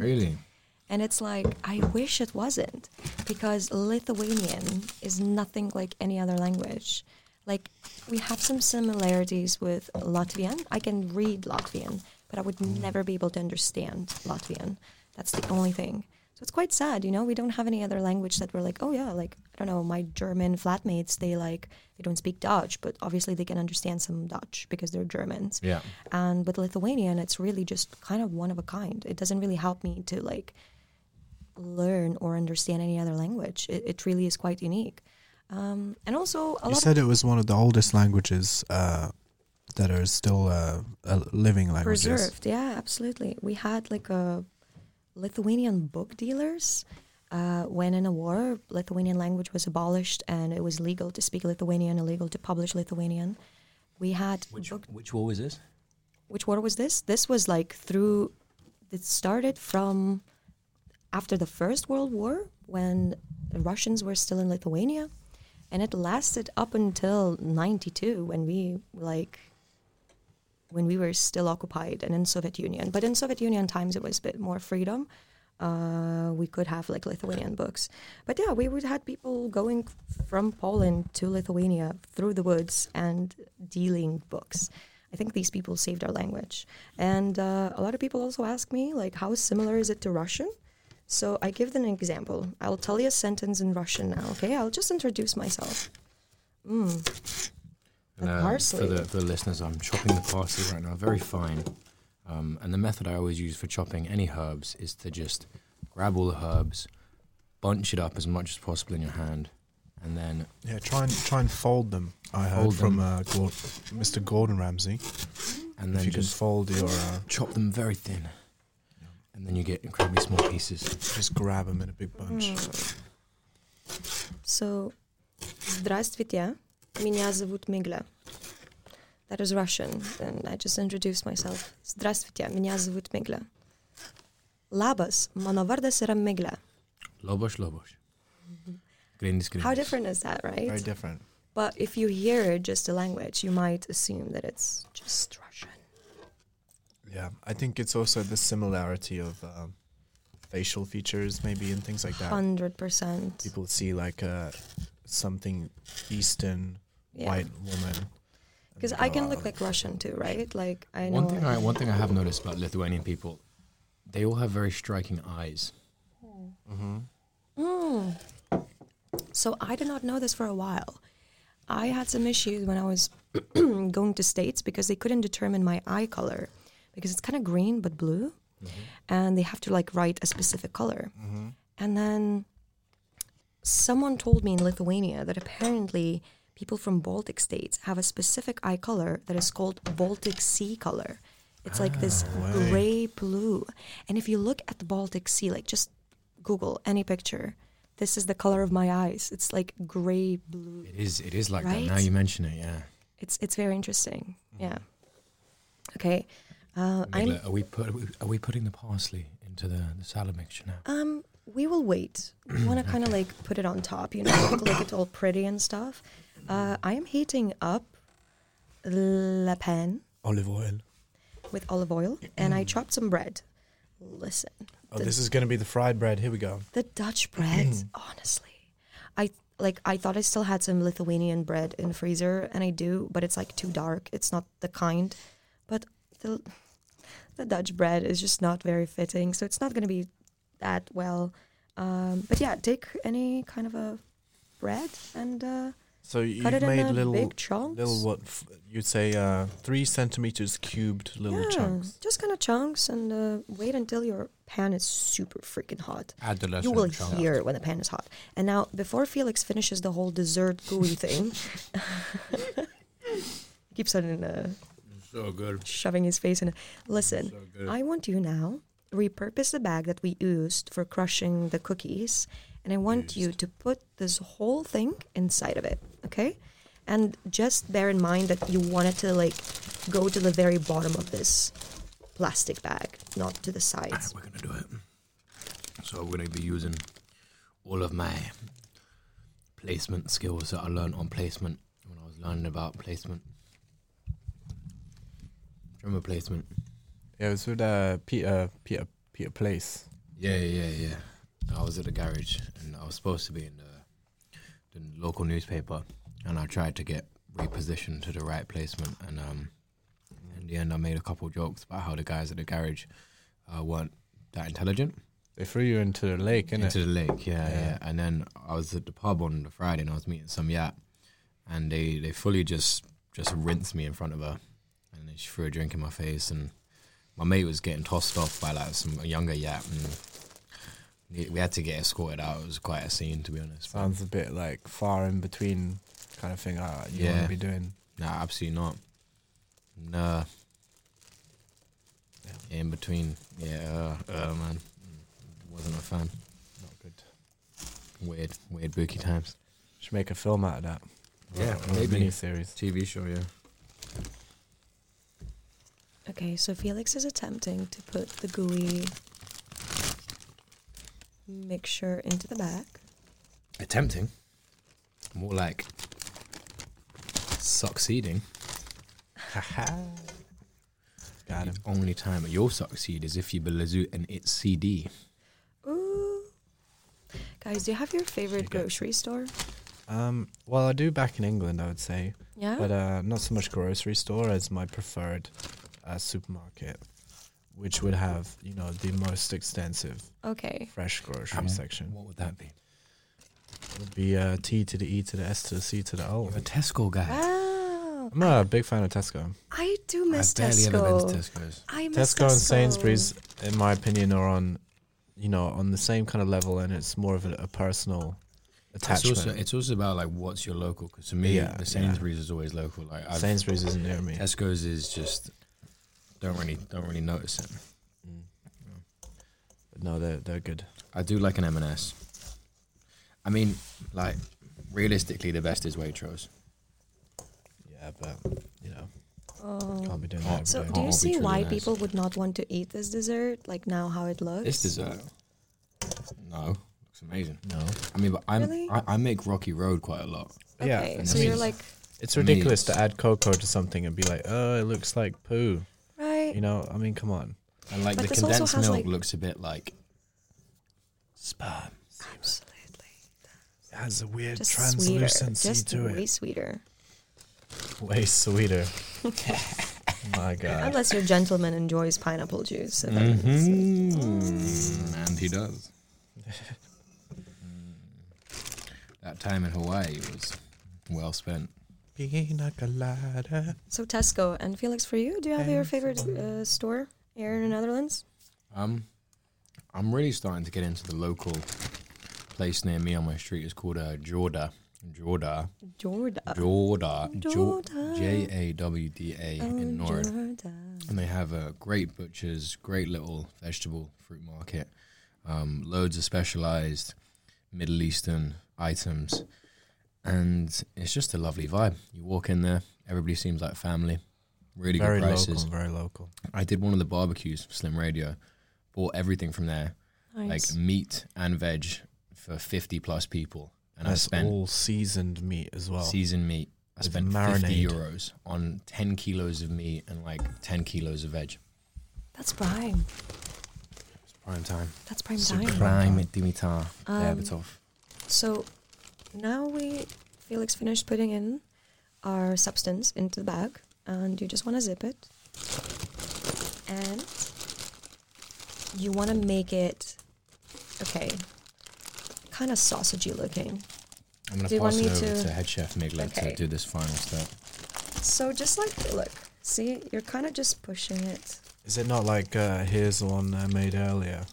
Speaker 2: And it's like, I wish it wasn't because Lithuanian is nothing like any other language. Like, we have some similarities with Latvian. I can read Latvian, but I would never be able to understand Latvian. That's the only thing. So it's quite sad, you know? We don't have any other language that we're like, oh yeah, like, I don't know, my German flatmates, they like, they don't speak Dutch, but obviously they can understand some Dutch because they're Germans.
Speaker 1: Yeah.
Speaker 2: And with Lithuanian, it's really just kind of one of a kind. It doesn't really help me to like learn or understand any other language. It, it really is quite unique. Um, and also, a
Speaker 3: You
Speaker 2: lot
Speaker 3: said it was one of the oldest languages uh, that are still uh, uh, living
Speaker 2: of
Speaker 3: languages.
Speaker 2: preserved. Yeah, absolutely. We had like a Lithuanian book dealers. Uh, when in a war, Lithuanian language was abolished and it was legal to speak Lithuanian, illegal to publish Lithuanian. We had
Speaker 1: Which
Speaker 2: book
Speaker 1: which war was this?
Speaker 2: which war was this? This was like through. It started from after the First World War when the Russians were still in Lithuania, and it lasted up until '92 when we like when we were still occupied and in Soviet Union. But in Soviet Union times, it was a bit more freedom. Uh, we could have like Lithuanian books, but yeah, we would had people going from Poland to Lithuania through the woods and dealing books. I think these people saved our language, and uh, a lot of people also ask me like, how similar is it to Russian? So I give them an example. I'll tell you a sentence in Russian now. Okay, I'll just introduce myself. Mm.
Speaker 1: And,
Speaker 2: The
Speaker 1: uh,
Speaker 2: parsley.
Speaker 1: For the, for the listeners, I'm chopping the parsley right now, very fine. Um, and the method I always use for chopping any herbs is to just grab all the herbs, bunch it up as much as possible in your hand, and then
Speaker 3: Yeah, try and try and fold them. I heard
Speaker 1: Fold
Speaker 3: from
Speaker 1: them.
Speaker 3: uh, Gor- Mr. Gordon Ramsay.
Speaker 1: and
Speaker 3: If
Speaker 1: then
Speaker 3: you can
Speaker 1: just
Speaker 3: fold your, uh,
Speaker 1: chop them very thin, and then you get incredibly small pieces.
Speaker 3: just grab them in a
Speaker 2: Mm.
Speaker 3: big bunch.
Speaker 2: So, здравствуйте, меня зовут Мигля. That is Russian, and I just introduced myself. Здравствуйте, меня зовут Мигля. Labas, mano vardas yra Migla.
Speaker 1: Lobosh, lobosh. Grindis, grindis.
Speaker 2: How different is that, right?
Speaker 3: Very different.
Speaker 2: But if you hear just a language, you might assume that it's just Russian.
Speaker 3: Yeah, I think it's also the similarity of um, facial features, maybe, and things like that.
Speaker 2: 100%.
Speaker 3: People see like uh, something Eastern
Speaker 2: Yeah.
Speaker 3: white woman. and
Speaker 2: Because
Speaker 3: they
Speaker 2: I
Speaker 3: go,
Speaker 2: can
Speaker 3: "Oh,
Speaker 2: look like Russian too, right? Like, I know.
Speaker 1: One thing I one thing I have noticed about Lithuanian people, they all have very striking eyes.
Speaker 2: Mm. So I did not know this for a while. I had some issues when I was going to states because they couldn't determine my eye color because it's kind of green but blue, and they have to like write a specific color. And then someone told me in Lithuania that apparently people from Baltic states have a specific eye color that is called Baltic Sea color. It's like this
Speaker 3: way.
Speaker 2: gray blue. And if you look at the Baltic Sea, like just Google any picture, this is the color of my eyes. It's like gray blue.
Speaker 1: It is it is like that. Now
Speaker 2: Right?
Speaker 1: you mention it, yeah.
Speaker 2: It's it's very interesting. Yeah. Okay. Uh, I'm,
Speaker 1: Migla, are we put are we, are we putting the parsley into the, the salad mixture now?
Speaker 2: um, we will wait. We want to kind of like put it on top, you know, make like it's all pretty and stuff. Uh, I am heating up la pan
Speaker 3: olive oil.
Speaker 2: with olive oil, and I chopped some bread. Listen,
Speaker 3: Oh,
Speaker 2: the-
Speaker 3: this is going to be the fried bread. Here we go.
Speaker 2: The Dutch bread, honestly. I like I thought I still had some Lithuanian bread in freezer and I do, but it's like too dark. It's not the kind. But the the Dutch bread is just not very fitting, so it's not going to be that well. Um, but yeah, take any kind of a bread and uh,
Speaker 3: So you've
Speaker 2: cut it
Speaker 3: made
Speaker 2: in a
Speaker 3: little,
Speaker 2: big chunks.
Speaker 3: little what f- you'd say, uh, three centimeters cubed little
Speaker 2: yeah,
Speaker 3: chunks.
Speaker 2: just kind of chunks and uh, wait until your pan is super freaking hot.
Speaker 1: Add the
Speaker 2: You will hear it when the pan is hot. And now, before Felix finishes the whole dessert gooey thing, keeps on uh,
Speaker 1: So good.
Speaker 2: shoving his face in. it. Listen, I want you now repurpose the bag that we used for crushing the cookies, and I want you to put this whole thing inside of it. Okay, and just bear in mind that you want it to like go to the very bottom of this plastic bag, not to the sides.
Speaker 1: We're gonna do it. So we're gonna be using all of my placement skills that I learned on placement when I was learning about placement. Do you Remember placement?
Speaker 3: Yeah, it's with uh, Peter, Peter, Peter Place.
Speaker 1: Yeah, yeah, yeah. yeah. I was at the garage and I was supposed to be in the, the local newspaper, and I tried to get repositioned to the right placement. And um, in the end, I made a couple jokes about how the guys at the garage uh, weren't that intelligent
Speaker 3: They threw you into the lake, innit?
Speaker 1: into the lake. Yeah,
Speaker 3: Yeah.
Speaker 1: yeah, And then I was at the pub on the Friday, and I was meeting some yap, and they they fully just just rinsed me in front of her, and then she threw a drink in my face, and my mate was getting tossed off by like some younger yap, and We we had to get escorted out. It was quite a scene, to be honest. but-
Speaker 3: Sounds a bit like far in between kind of thing uh, you want
Speaker 1: Yeah.
Speaker 3: to be doing.
Speaker 1: No, absolutely not. No. In between, yeah, uh, uh, man, wasn't a fan.
Speaker 3: Not good.
Speaker 1: Weird, weird bookie times.
Speaker 3: Should make a film out of that.
Speaker 1: Yeah,
Speaker 3: Or a
Speaker 1: maybe.
Speaker 3: mini series.
Speaker 1: TV show, yeah.
Speaker 2: Okay, so Felix is attempting to put the gooey mixture into the back.
Speaker 1: Attempting. More like succeeding.
Speaker 3: Got him.
Speaker 1: The only time you'll succeed is if you belazoo and it's CD.
Speaker 2: Ooh. Guys, do you have your favorite
Speaker 3: Okay.
Speaker 2: grocery store?
Speaker 3: Um, well, I do back in England, I would say,
Speaker 2: Yeah?
Speaker 3: but uh, not so much grocery store as my preferred uh, supermarket, which would have you know the most extensive
Speaker 2: okay.
Speaker 3: fresh grocery
Speaker 1: Um,
Speaker 3: section.
Speaker 1: What would that be?
Speaker 3: It would be uh, T to the E to the S to the C to the O.
Speaker 1: You're a Tesco guy.
Speaker 2: Wow.
Speaker 3: I'm a big fan of Tesco.
Speaker 2: I do miss
Speaker 1: I've barely ever been
Speaker 2: Tesco.
Speaker 1: to Tesco's.
Speaker 2: I miss
Speaker 3: Tesco and Sainsbury's, in my opinion, are on, you know, on the same kind of level, and it's more of a, a personal
Speaker 1: It's
Speaker 3: attachment.
Speaker 1: also, it's also about like what's your local. Because to me,
Speaker 3: Yeah,
Speaker 1: the
Speaker 3: yeah.
Speaker 1: Sainsbury's is always local. Like I've,
Speaker 3: Sainsbury's isn't near me.
Speaker 1: Tesco's is just don't really don't really notice it.
Speaker 3: Mm. But no, they're they're good.
Speaker 1: I do like an M&S. I mean, like realistically, the best is Waitrose.
Speaker 3: Yeah, but you know, can't
Speaker 2: Oh.
Speaker 3: be doing that. every
Speaker 2: So,
Speaker 3: day.
Speaker 2: do
Speaker 1: Oh,
Speaker 2: you see
Speaker 1: beach
Speaker 2: why
Speaker 1: really nice.
Speaker 2: people would not want to eat this dessert? Like now, how it looks.
Speaker 1: This dessert, no, looks amazing.
Speaker 3: no,
Speaker 1: I mean, but I'm,
Speaker 2: Really?
Speaker 1: I, I make Rocky Road quite a lot.
Speaker 3: yeah,
Speaker 2: Okay,
Speaker 1: and
Speaker 2: so
Speaker 1: this
Speaker 2: you're
Speaker 1: is-
Speaker 2: like,
Speaker 3: it's
Speaker 1: me,
Speaker 3: ridiculous to
Speaker 1: it's-
Speaker 3: add cocoa to something and be like, oh, it looks like poo.
Speaker 2: right?
Speaker 3: You know, I mean, come on.
Speaker 1: And like
Speaker 2: But
Speaker 1: the
Speaker 2: this also
Speaker 1: condensed
Speaker 2: has,
Speaker 1: milk
Speaker 2: like-
Speaker 1: looks a bit like sperm.
Speaker 2: Absolutely.
Speaker 3: It has a weird
Speaker 2: Just sweeter.
Speaker 3: translucency
Speaker 2: Just
Speaker 3: to
Speaker 2: way
Speaker 3: it.
Speaker 2: sweeter.
Speaker 3: Way sweeter. My God.
Speaker 2: Unless your gentleman enjoys pineapple juice. So then it's-
Speaker 1: Mm-hmm. And he does. Mm. that time in Hawaii was well spent.
Speaker 3: Pina colada.
Speaker 2: So Tesco and Felix, for you, do you have your
Speaker 3: Thanks.
Speaker 2: favorite uh, store here in the Netherlands?
Speaker 1: Um, I'm really starting to get into the local place near me on my street. It's called uh, Jorda. Jorda.
Speaker 2: Jorda.
Speaker 1: Jorda. uh, Jo-
Speaker 2: Uh, Jorda. Oh,
Speaker 1: J A W D A in Nord. And they have a great butchers, great little vegetable fruit market, um, loads of specialized Middle Eastern items. And it's just a lovely vibe. You walk in there, everybody seems like family. Really
Speaker 3: Very
Speaker 1: good prices.
Speaker 3: local. Very local.
Speaker 1: I did one of the barbecues for Slim Radio, bought everything from there
Speaker 2: Nice.
Speaker 1: like meat and veg for 50 plus people and
Speaker 3: That's
Speaker 1: i spent
Speaker 3: all seasoned meat as well.
Speaker 1: seasoned meat i
Speaker 3: With
Speaker 1: spent
Speaker 3: marinade.
Speaker 1: 50 euros on 10 kilos of meat and like 10 kilos of veg
Speaker 2: That's prime.
Speaker 1: it's prime time
Speaker 2: That's prime
Speaker 3: Super
Speaker 2: time.
Speaker 1: prime dimitar
Speaker 2: Um,
Speaker 1: Berbatov.
Speaker 2: So now we, Felix finished putting in our substance into the bag, and you just want to zip it. And you want to make it, okay, kind of sausagey looking.
Speaker 1: i'm going
Speaker 2: do
Speaker 1: to
Speaker 2: you want
Speaker 1: pass it
Speaker 2: me
Speaker 1: over
Speaker 2: to-
Speaker 1: to, head chef miglet
Speaker 2: Okay.
Speaker 1: to do this final step
Speaker 2: So just like, look, see, you're kind of just pushing it.
Speaker 3: Is it not like uh, here's the one I made earlier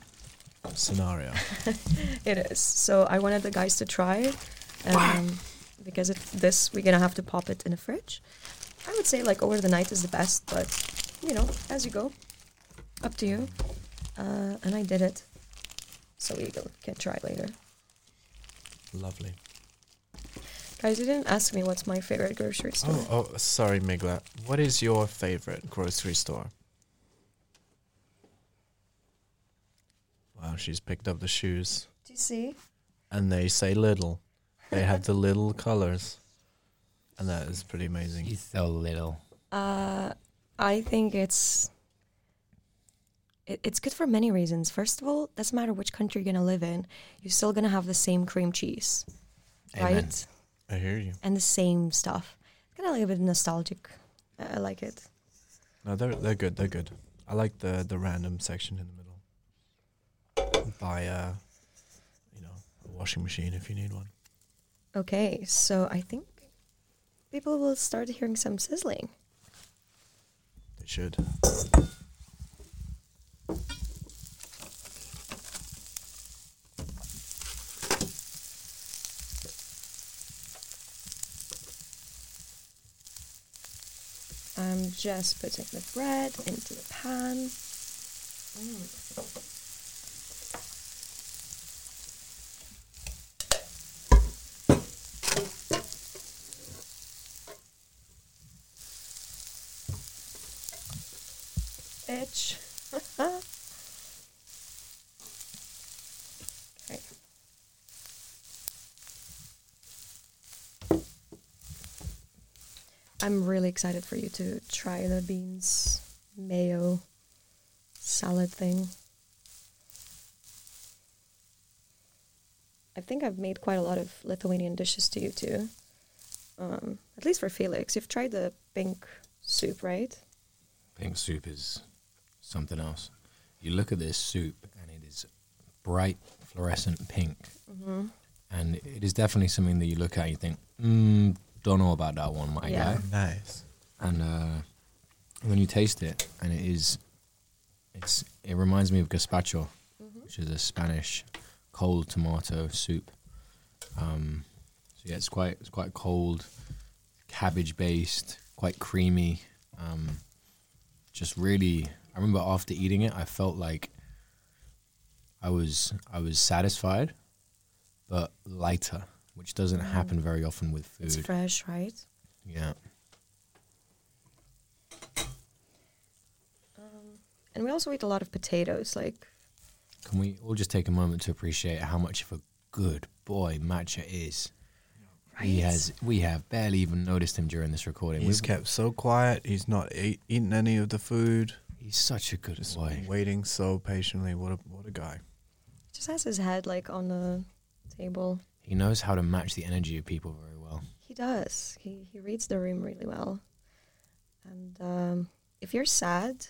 Speaker 3: scenario?
Speaker 2: It is. So I wanted the guys to try, um, because if this we're gonna have to pop it in the fridge. I would say like over the night is the best, but you know, as you go, up to you. Uh, and I did it, so we go- can try later.
Speaker 3: Lovely.
Speaker 2: Guys, you didn't ask me what's my favorite grocery store.
Speaker 3: Oh, oh, sorry, Migla. What is your favorite grocery store? Wow, she's picked up the shoes,
Speaker 2: Do you see?
Speaker 3: and they say little. They have the little colors, and that is pretty amazing.
Speaker 1: he's so little
Speaker 2: Uh, I think it's it, it's good for many reasons. First of all, doesn't matter which country you're gonna live in, you're still gonna have the same cream cheese,
Speaker 1: Amen.
Speaker 2: right?
Speaker 3: I hear you.
Speaker 2: And the same stuff. It's kind of like a bit nostalgic. I I like it.
Speaker 3: No, they're they're good. They're good. I like the the random section in the middle. Buy uh, you know, a washing machine if you need one.
Speaker 2: Okay, so I think people will start hearing some sizzling.
Speaker 3: They should.
Speaker 2: I'm Um, just putting the bread into the pan. Itch. okay. I'm really excited for you to try the beans mayo salad thing. I think I've made quite a lot of Lithuanian dishes to you too. Um, at least for Felix, you've tried the pink soup, right?
Speaker 1: Pink soup is something else. You look at this soup and it is bright, fluorescent pink.
Speaker 2: Mm-hmm.
Speaker 1: And it is definitely something that you look at and you think, mm, don't know about that one, my
Speaker 2: Yeah.
Speaker 1: guy.
Speaker 3: Nice.
Speaker 1: And uh, when you taste it, and it is, it's it reminds me of gazpacho, which is a Spanish cold tomato soup. Um, so yeah, it's quite it's quite cold, cabbage based, quite creamy. Um, just really, I remember after eating it, I felt like I was I was satisfied, but lighter, which doesn't happen very often with
Speaker 2: It's
Speaker 1: food.
Speaker 2: fresh, right?
Speaker 1: yeah.
Speaker 2: And we also eat a lot of potatoes. Like,
Speaker 1: Can we all just take a moment to appreciate how much of a good boy Matcha is? He has. We have barely even noticed him during this recording.
Speaker 3: He's
Speaker 1: We've-
Speaker 3: kept so quiet. He's not eat, eating any of the food.
Speaker 1: he's such a good
Speaker 3: Just
Speaker 1: boy.
Speaker 3: waiting so patiently. What a what a guy.
Speaker 2: just has his head like on the table.
Speaker 1: He knows how to match the energy of people very well.
Speaker 2: He does. He he reads the room really well. And um, if you're sad,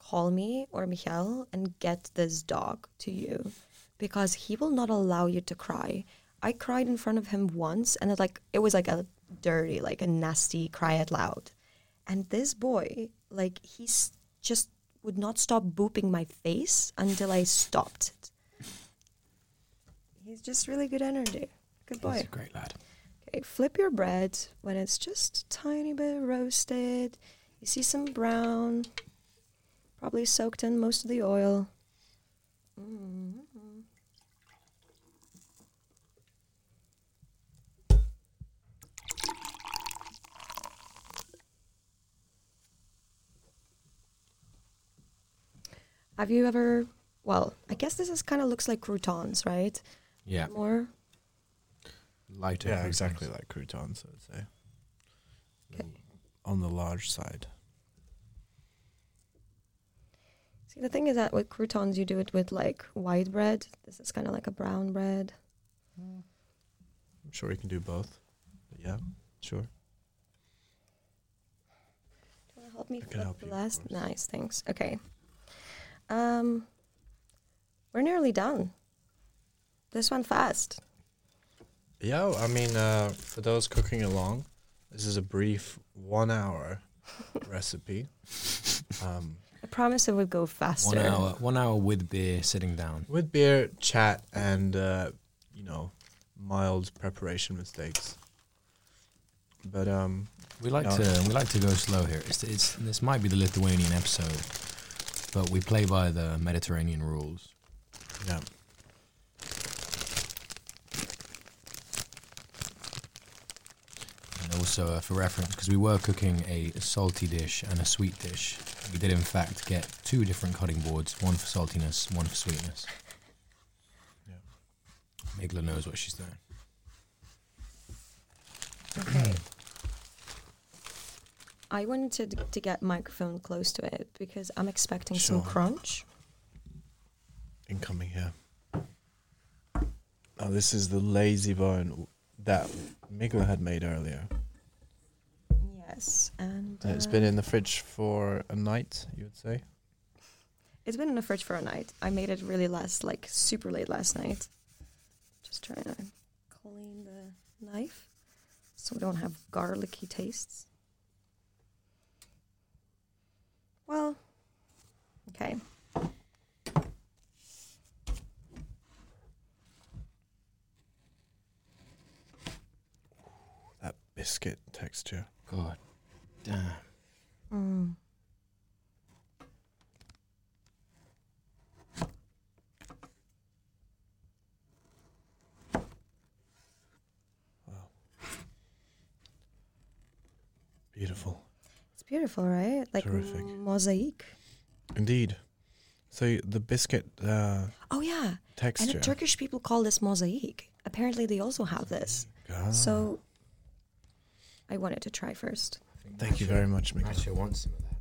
Speaker 2: call me or Michael and get this dog to you, because he will not allow you to cry. I cried in front of him once, and it like it was like a dirty, like a nasty cry out loud. And this boy, like he's just would not stop booping my face until I stopped it. He's just really good energy. Good boy.
Speaker 1: He's a great lad.
Speaker 2: Okay, flip your bread when it's just a tiny bit roasted. You see some brown, probably soaked in most of the oil. Mm. Have you ever? Well, I guess this is kind of looks like croutons, right?
Speaker 1: Yeah,
Speaker 2: More
Speaker 1: lighter.
Speaker 3: Yeah,
Speaker 1: croutons.
Speaker 3: exactly like croutons. I'd say.
Speaker 2: Okay.
Speaker 3: On the large side.
Speaker 2: See, the thing is that with croutons, you do it with like white bread. This is kind of like a brown bread.
Speaker 3: I'm sure you can do both. But yeah, sure.
Speaker 2: Do you want to help me
Speaker 3: I can
Speaker 2: flip
Speaker 3: help
Speaker 2: the
Speaker 3: you, of
Speaker 2: last?
Speaker 3: course.
Speaker 2: Nice, thanks. Okay. Um, we're nearly done. This one fast.
Speaker 3: Yeah, I mean, uh, for those cooking along, this is a brief one-hour recipe. Um,
Speaker 2: I promise it would go faster.
Speaker 1: One hour. One hour with beer, sitting down.
Speaker 3: with beer, chat, and uh, you know, mild preparation mistakes. But um,
Speaker 1: We like
Speaker 3: No.
Speaker 1: to. We like to go slow here. It's, it's. This might be the Lithuanian episode, but we play by the Mediterranean rules.
Speaker 3: yeah,
Speaker 1: And also, uh, for reference, because we were cooking a salty dish and a sweet dish, we did in fact get two different cutting boards one for saltiness, one for sweetness.
Speaker 3: Yeah.
Speaker 1: Migla knows what she's doing.
Speaker 2: Okay. I wanted to, to get microphone close to it because I'm expecting some
Speaker 3: Sure.
Speaker 2: crunch.
Speaker 3: incoming here. Oh, this is the lazy bone that Migla had made earlier.
Speaker 2: Yes, and
Speaker 3: And It's
Speaker 2: uh,
Speaker 3: been in the fridge for a night, you would say.
Speaker 2: It's been in the fridge for a night. I made it really last, like super late last night. Just trying to clean the knife so we don't have garlicky tastes. Well, okay.
Speaker 3: That biscuit texture.
Speaker 1: God damn.
Speaker 2: Mm.
Speaker 3: Beautiful.
Speaker 2: It's beautiful, right? Like
Speaker 3: Terrific.
Speaker 2: mosaic.
Speaker 3: Indeed. So the biscuit uh,
Speaker 2: Oh yeah, and
Speaker 3: texture.
Speaker 2: the Turkish people call this mosaic. Apparently, they also have this.
Speaker 3: Ah,
Speaker 2: So, I wanted to try first.
Speaker 3: thank you very much, Mika.
Speaker 1: Actually, I want some of that.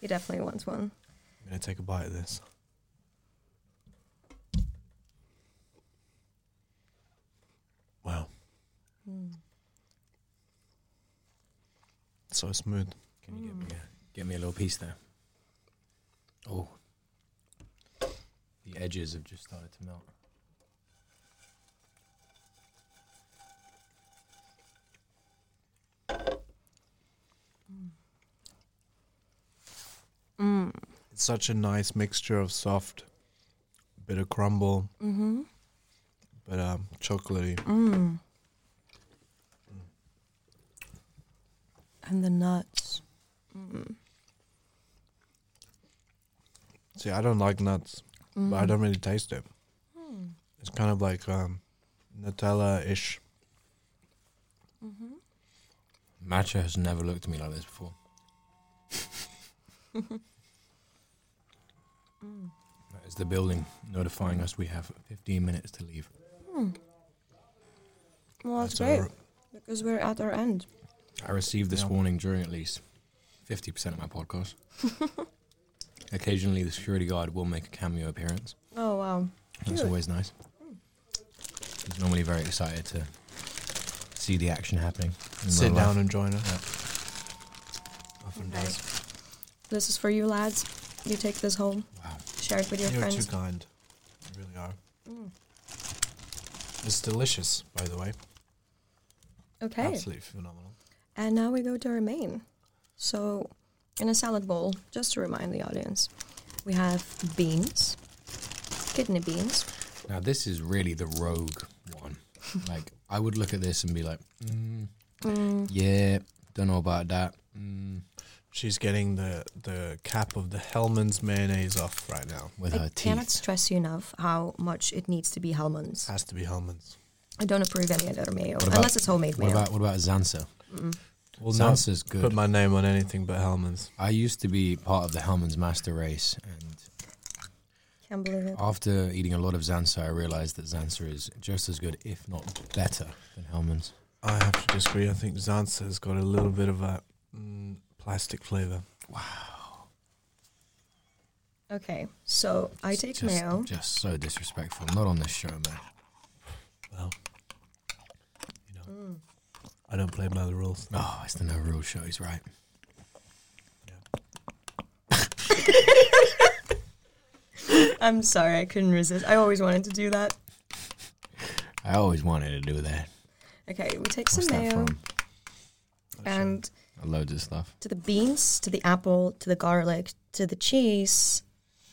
Speaker 2: He definitely wants one.
Speaker 3: I'm gonna take a bite of this. Wow.
Speaker 2: Hmm.
Speaker 3: So smooth.
Speaker 1: Can you get me a, get me a little piece there? Oh, the edges have just started to melt.
Speaker 3: It's such a nice mixture of soft, bit of crumble, mm-hmm. but um, chocolatey.
Speaker 4: Mm.
Speaker 2: And the nuts.
Speaker 3: See, I don't like nuts, but
Speaker 4: Mm.
Speaker 3: I don't really taste it.
Speaker 2: Hmm,
Speaker 3: It's kind of like um, Nutella ish.
Speaker 2: mm-hmm.
Speaker 1: Matcha has never looked at me like this before. That is the building notifying us we have 15 minutes to leave.
Speaker 4: Well, Oh, that's,
Speaker 3: So,
Speaker 4: great because we're at our end.
Speaker 1: I received this
Speaker 3: Yeah.
Speaker 1: warning during at least 50% of my podcast. Occasionally, the security guard will make a cameo appearance.
Speaker 4: Oh wow.
Speaker 1: That's
Speaker 4: Good.
Speaker 1: always nice. He's normally very excited to see the action happening. in
Speaker 3: Sit
Speaker 1: real life.
Speaker 3: down and join us. Often
Speaker 2: Okay.
Speaker 3: does.
Speaker 2: This is for you, lads. You take this home.
Speaker 1: Wow.
Speaker 2: Share it with your
Speaker 3: You're
Speaker 2: friends. Hmm.
Speaker 3: too kind. You really are. It's delicious, by the way.
Speaker 2: Okay.
Speaker 3: Absolutely phenomenal.
Speaker 2: And now we go to our main. So, in a salad bowl, just to remind the audience, we have beans, kidney beans.
Speaker 1: Now, this is really the rogue one. like, I would look at this and be like, mm,
Speaker 2: Hmm,
Speaker 1: yeah, don't know about that. Mm,
Speaker 3: She's getting the, the cap of the Hellman's mayonnaise off right now.
Speaker 1: with
Speaker 2: I
Speaker 1: her Uh,
Speaker 2: cannot
Speaker 1: teeth. Uh,
Speaker 2: stress you enough how much it needs to be Hellman's.
Speaker 3: Has to be Hellman's.
Speaker 2: I don't approve any other mayo
Speaker 1: What about-
Speaker 2: unless it's homemade
Speaker 1: What
Speaker 2: mayo.
Speaker 1: about, what about Zansa?
Speaker 3: Well,
Speaker 1: Sansa's
Speaker 3: not
Speaker 1: good.
Speaker 3: Put my name on anything but Hellman's.
Speaker 1: I used to be part of the Hellman's Master Race, and
Speaker 2: Can't believe it.
Speaker 1: after eating a lot of Zansa, I realized that Zansa is just as good, if not better, than Hellman's.
Speaker 3: I have to disagree. I think Zansa's got a little bit of a mm, plastic flavor.
Speaker 2: Okay, so I take
Speaker 1: just,
Speaker 2: mayo.
Speaker 1: Just so disrespectful. Not on this show, man.
Speaker 3: Well, you know,
Speaker 2: Hmm.
Speaker 3: I don't play by the rules.
Speaker 1: Oh, it's the No Rule Show. He's right.
Speaker 2: I'm sorry, I couldn't resist. I always wanted to do that.
Speaker 1: I always wanted to do that.
Speaker 2: Okay, we take
Speaker 1: What's
Speaker 2: some
Speaker 1: that
Speaker 2: mayo
Speaker 1: from?
Speaker 2: Oh. and
Speaker 1: Loads of stuff.
Speaker 2: to the beans, to the apple, to the garlic, to the cheese.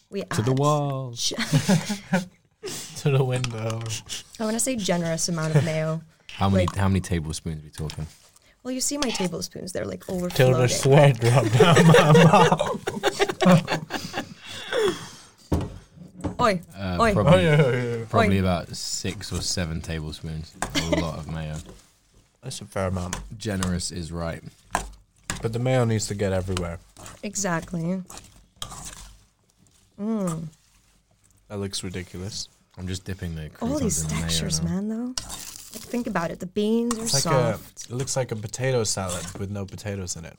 Speaker 2: We
Speaker 1: To the
Speaker 2: add-
Speaker 1: wall.
Speaker 2: Ge-
Speaker 3: to the window.
Speaker 2: I want to say generous amount of mayo.
Speaker 1: How many
Speaker 2: Like-
Speaker 1: how many tablespoons are we talking?
Speaker 2: Well, you see my tablespoons; they're like
Speaker 3: Till
Speaker 2: overflowing.
Speaker 3: the sweat dropped down my mouth.
Speaker 2: Oi,
Speaker 1: Uh,
Speaker 2: Oi.
Speaker 1: Probably,
Speaker 3: Oh, yeah,
Speaker 1: probably
Speaker 2: Oi.
Speaker 1: about six or seven tablespoons. A lot of mayo.
Speaker 3: That's a fair amount.
Speaker 1: Generous is right.
Speaker 3: But the mayo needs to get everywhere.
Speaker 2: exactly.
Speaker 3: That looks ridiculous.
Speaker 1: I'm just dipping the croutons
Speaker 2: All these
Speaker 1: in the mayo
Speaker 2: textures,
Speaker 1: now.
Speaker 2: man. Though, like, think about it. The beans are
Speaker 3: It's like
Speaker 2: soft.
Speaker 3: a. It looks like a potato salad with no potatoes in it.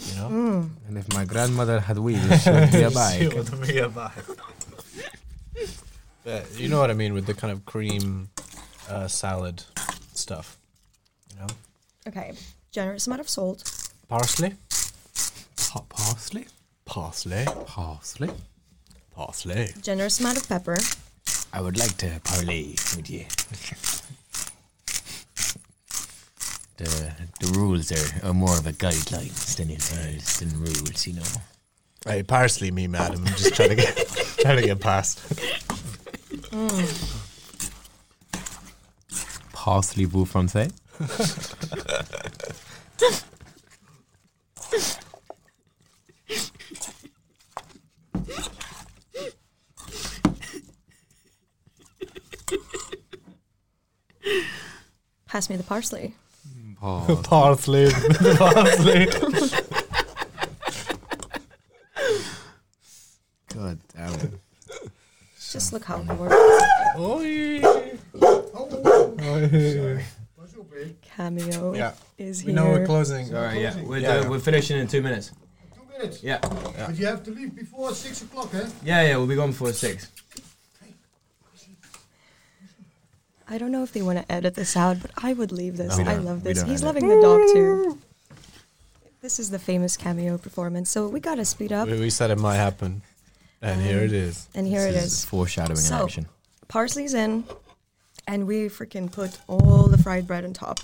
Speaker 3: You know.
Speaker 1: And if my grandmother had wheels, she would be a bike.
Speaker 3: She would be a bike. But you know what I mean with the kind of cream uh, salad stuff. You know,
Speaker 2: okay, generous amount of salt.
Speaker 3: parsley.
Speaker 1: Pa- parsley?
Speaker 3: Parsley.
Speaker 1: Parsley?
Speaker 3: Parsley.
Speaker 2: Generous amount of pepper.
Speaker 1: I would like to parley with you. the the rules are, are more of a guidelines than it is than rules, you know.
Speaker 3: Hey, parsley, me, madam. I'm just trying to get trying to get past.
Speaker 1: Parsley vous français?
Speaker 2: Pass me the parsley.
Speaker 1: Pause.
Speaker 3: Parsley. Parsley.
Speaker 1: God damn it.
Speaker 2: Just look how the word cameo
Speaker 1: Yeah.
Speaker 2: is
Speaker 1: We
Speaker 2: here.
Speaker 1: know we're closing.
Speaker 5: Sorry, yeah. We're,
Speaker 1: Yeah,
Speaker 5: uh,
Speaker 1: yeah.
Speaker 5: we're finishing in two minutes.
Speaker 6: Two minutes.
Speaker 5: Yeah.
Speaker 6: But you have to leave before six o'clock, eh?
Speaker 5: Yeah, yeah, we'll be gone before six.
Speaker 2: I don't know if they want to edit this out, but I would leave this.
Speaker 1: No, we
Speaker 2: I
Speaker 1: don't.
Speaker 2: love
Speaker 1: We
Speaker 2: this.
Speaker 1: don't
Speaker 2: He's
Speaker 1: edit.
Speaker 2: loving the dog too. This is the famous cameo performance, so we gotta speed up.
Speaker 3: we, we said it might happen, and here it is.
Speaker 2: And here
Speaker 5: This
Speaker 2: it is.
Speaker 5: Foreshadowing in
Speaker 2: So-
Speaker 5: action.
Speaker 2: Parsley's in, and we freaking put all the fried bread on top.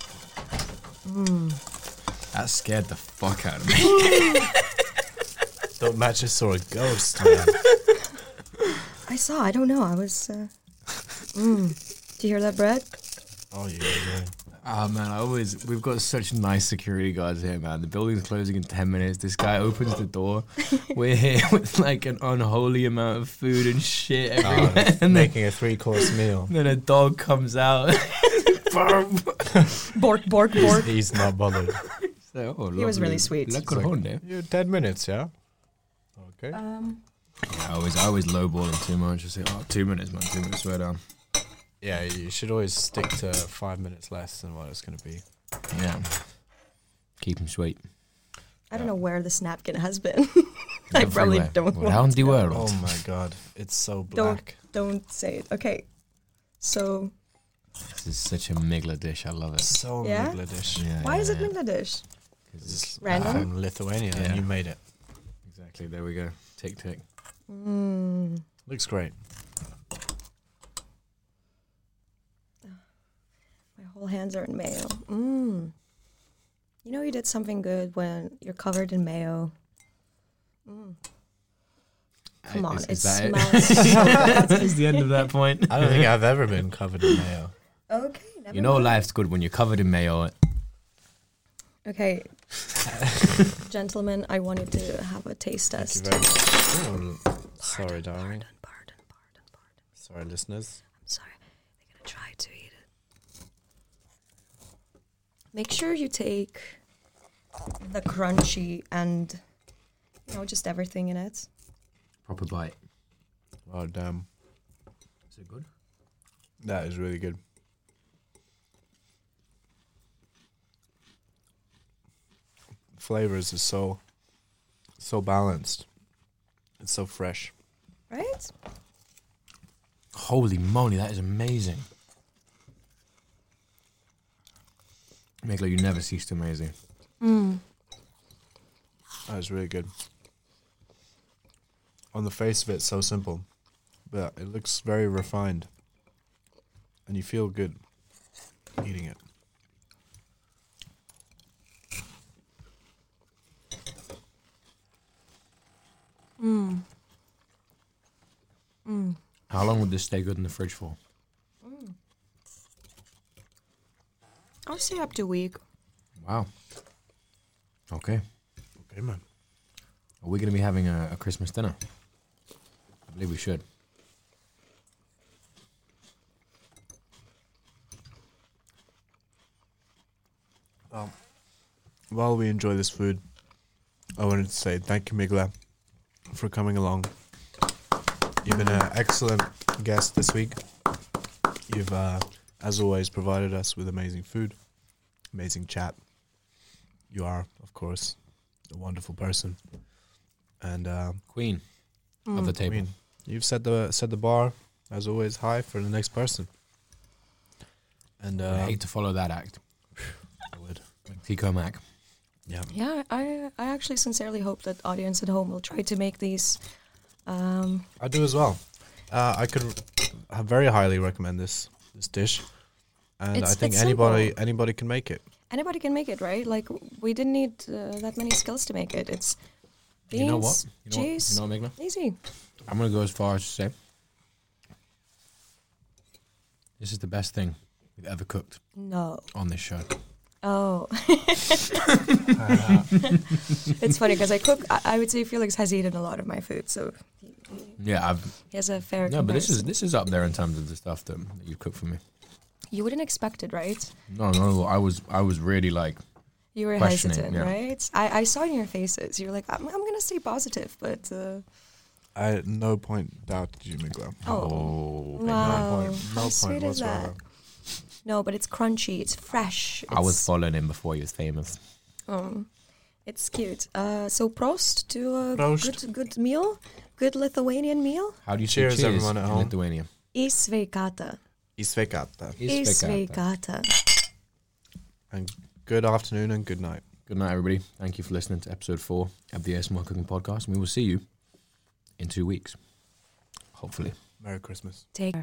Speaker 1: That scared the fuck out of me.
Speaker 3: Thought Matches saw a ghost. Man.
Speaker 2: I saw. I don't know. I was. Uh, mm. Do you hear that bread?
Speaker 3: oh yeah. yeah.
Speaker 1: oh man, I always we've got such nice security guards here, man. The building's closing in ten minutes. This guy opens the door. We're here with like an unholy amount of food and shit everywhere.
Speaker 3: Oh, making a three-course meal.
Speaker 1: And then a dog comes out.
Speaker 2: Bork, bork, bork.
Speaker 3: He's not bothered.
Speaker 1: So, oh,
Speaker 2: He was
Speaker 1: lovely.
Speaker 2: really sweet.
Speaker 1: Look at him there.
Speaker 3: You're ten minutes, yeah. Okay.
Speaker 2: Um,
Speaker 1: I always, I always lowball him too much. I say, oh, two minutes, man, two minutes, swear down.
Speaker 3: yeah, you should always stick to five minutes less than what it's going to be.
Speaker 1: Yeah. Keep him sweet.
Speaker 2: I don't know where this napkin has been. I probably
Speaker 1: Everywhere.
Speaker 2: don't want.
Speaker 1: Around the world.
Speaker 3: Oh my god, it's so
Speaker 2: Don't
Speaker 3: black.
Speaker 2: don't say it. Okay, so
Speaker 1: This is such a migla dish. I love it.
Speaker 3: So
Speaker 2: Yeah?
Speaker 3: Bangladesh.
Speaker 1: Yeah,
Speaker 2: why is it
Speaker 1: yeah,
Speaker 2: Bangladesh?
Speaker 3: It's
Speaker 2: Random?
Speaker 3: From Lithuania,
Speaker 1: Yeah.
Speaker 3: and you made it.
Speaker 1: Exactly. There we go. Tick tick.
Speaker 2: Mm.
Speaker 3: Looks great.
Speaker 2: My whole hands are in mayo. Mm. You know you did something good when you're covered in mayo. Mm. Come
Speaker 1: Uh,
Speaker 2: on,
Speaker 1: is-
Speaker 2: it
Speaker 1: is that it?
Speaker 2: smells. so good.
Speaker 1: That's the end of that point.
Speaker 3: I don't think I've ever been covered in mayo.
Speaker 2: Okay, never
Speaker 1: You know
Speaker 2: mind.
Speaker 1: life's good when you're covered in mayo.
Speaker 2: Okay, gentlemen, I wanted to have a taste
Speaker 3: Thank you
Speaker 2: test.
Speaker 3: very much. Oh, sorry, darling.
Speaker 2: Pardon, pardon, pardon, pardon.
Speaker 3: Sorry, listeners.
Speaker 2: I'm sorry. They're gonna try to eat it. Make sure you take the crunchy and you know just everything in it.
Speaker 1: Proper bite.
Speaker 3: Oh damn,
Speaker 1: Is it good?
Speaker 3: that is really good. Flavors is so, so balanced. It's so fresh.
Speaker 2: Right?
Speaker 1: Holy moly, that is amazing. Migla, you never cease to amaze me.
Speaker 3: That is really good. On the face of it, so simple, but it looks very refined, and you feel good eating it.
Speaker 1: How long would this stay good in the fridge for?
Speaker 2: I'll say up to a week.
Speaker 1: Wow. Okay.
Speaker 3: Okay, man.
Speaker 1: Are we going to be having a, a Christmas dinner? I believe we should.
Speaker 3: While we enjoy this food, I wanted to say thank you, Migla, for coming along. You've been an excellent guest this week. You've, uh, as always, provided us with amazing food, amazing chat. You are, of course, a wonderful person, and uh,
Speaker 1: Queen of
Speaker 2: Mm.
Speaker 1: the
Speaker 3: I
Speaker 1: table.
Speaker 3: mean, you've set the set the bar as always high for the next person. And
Speaker 1: I
Speaker 3: uh,
Speaker 1: hate to follow that act.
Speaker 3: I would.
Speaker 1: Like Tico Mac.
Speaker 3: Yeah.
Speaker 2: Yeah, I I actually sincerely hope that audience at home will try to make these. Um,
Speaker 3: I do as well. Uh, I could I very highly recommend this this dish, and
Speaker 2: It's-
Speaker 3: I think
Speaker 2: it's
Speaker 3: anybody anybody can make it.
Speaker 2: anybody can make it, right? Like we didn't need uh, that many skills to make it. It's beans,
Speaker 1: you know what? You know
Speaker 2: cheese,
Speaker 1: What? You know what, Migla?
Speaker 2: easy.
Speaker 1: I'm going to go as far as to say this is the best thing we've ever cooked
Speaker 2: No,
Speaker 1: on this show.
Speaker 2: Oh. it's funny because I cook. I, I would say Felix has eaten a lot of my food, so
Speaker 1: Yeah, I've,
Speaker 2: he has a fair.
Speaker 1: no, but this is
Speaker 2: comparison.
Speaker 1: this is up there in terms of the stuff that you cooked for me.
Speaker 2: you wouldn't expect it, right?
Speaker 1: No, no, I was I was really like
Speaker 2: You were
Speaker 1: Questioning,
Speaker 2: hesitant,
Speaker 1: yeah.
Speaker 2: right? I, I saw in your faces. You're like, I'm, I'm gonna stay positive, but uh,
Speaker 3: I at no point doubted you, Miguel.
Speaker 2: oh
Speaker 3: no
Speaker 2: wow,
Speaker 3: point,
Speaker 2: how
Speaker 3: no point
Speaker 2: sweet is that?
Speaker 3: whatsoever.
Speaker 2: No, but it's crunchy. It's fresh. It's,
Speaker 1: oh, I was following him before he was famous.
Speaker 2: Um, it's cute. Uh, so prost to a
Speaker 3: Prost.
Speaker 2: good good meal, good Lithuanian meal.
Speaker 1: How do you
Speaker 3: Cheers,
Speaker 1: say cheers
Speaker 3: everyone at
Speaker 1: in
Speaker 3: home.
Speaker 1: Lithuania?
Speaker 2: I sveikata.
Speaker 3: I sveikata.
Speaker 2: I
Speaker 1: Sveikata.
Speaker 2: sveikata.
Speaker 3: And good afternoon and good night.
Speaker 1: Good night, everybody. Thank you for listening to episode four of the ASMR Cooking Podcast. And we will see you in two weeks, hopefully.
Speaker 3: Merry Christmas.
Speaker 2: Take care.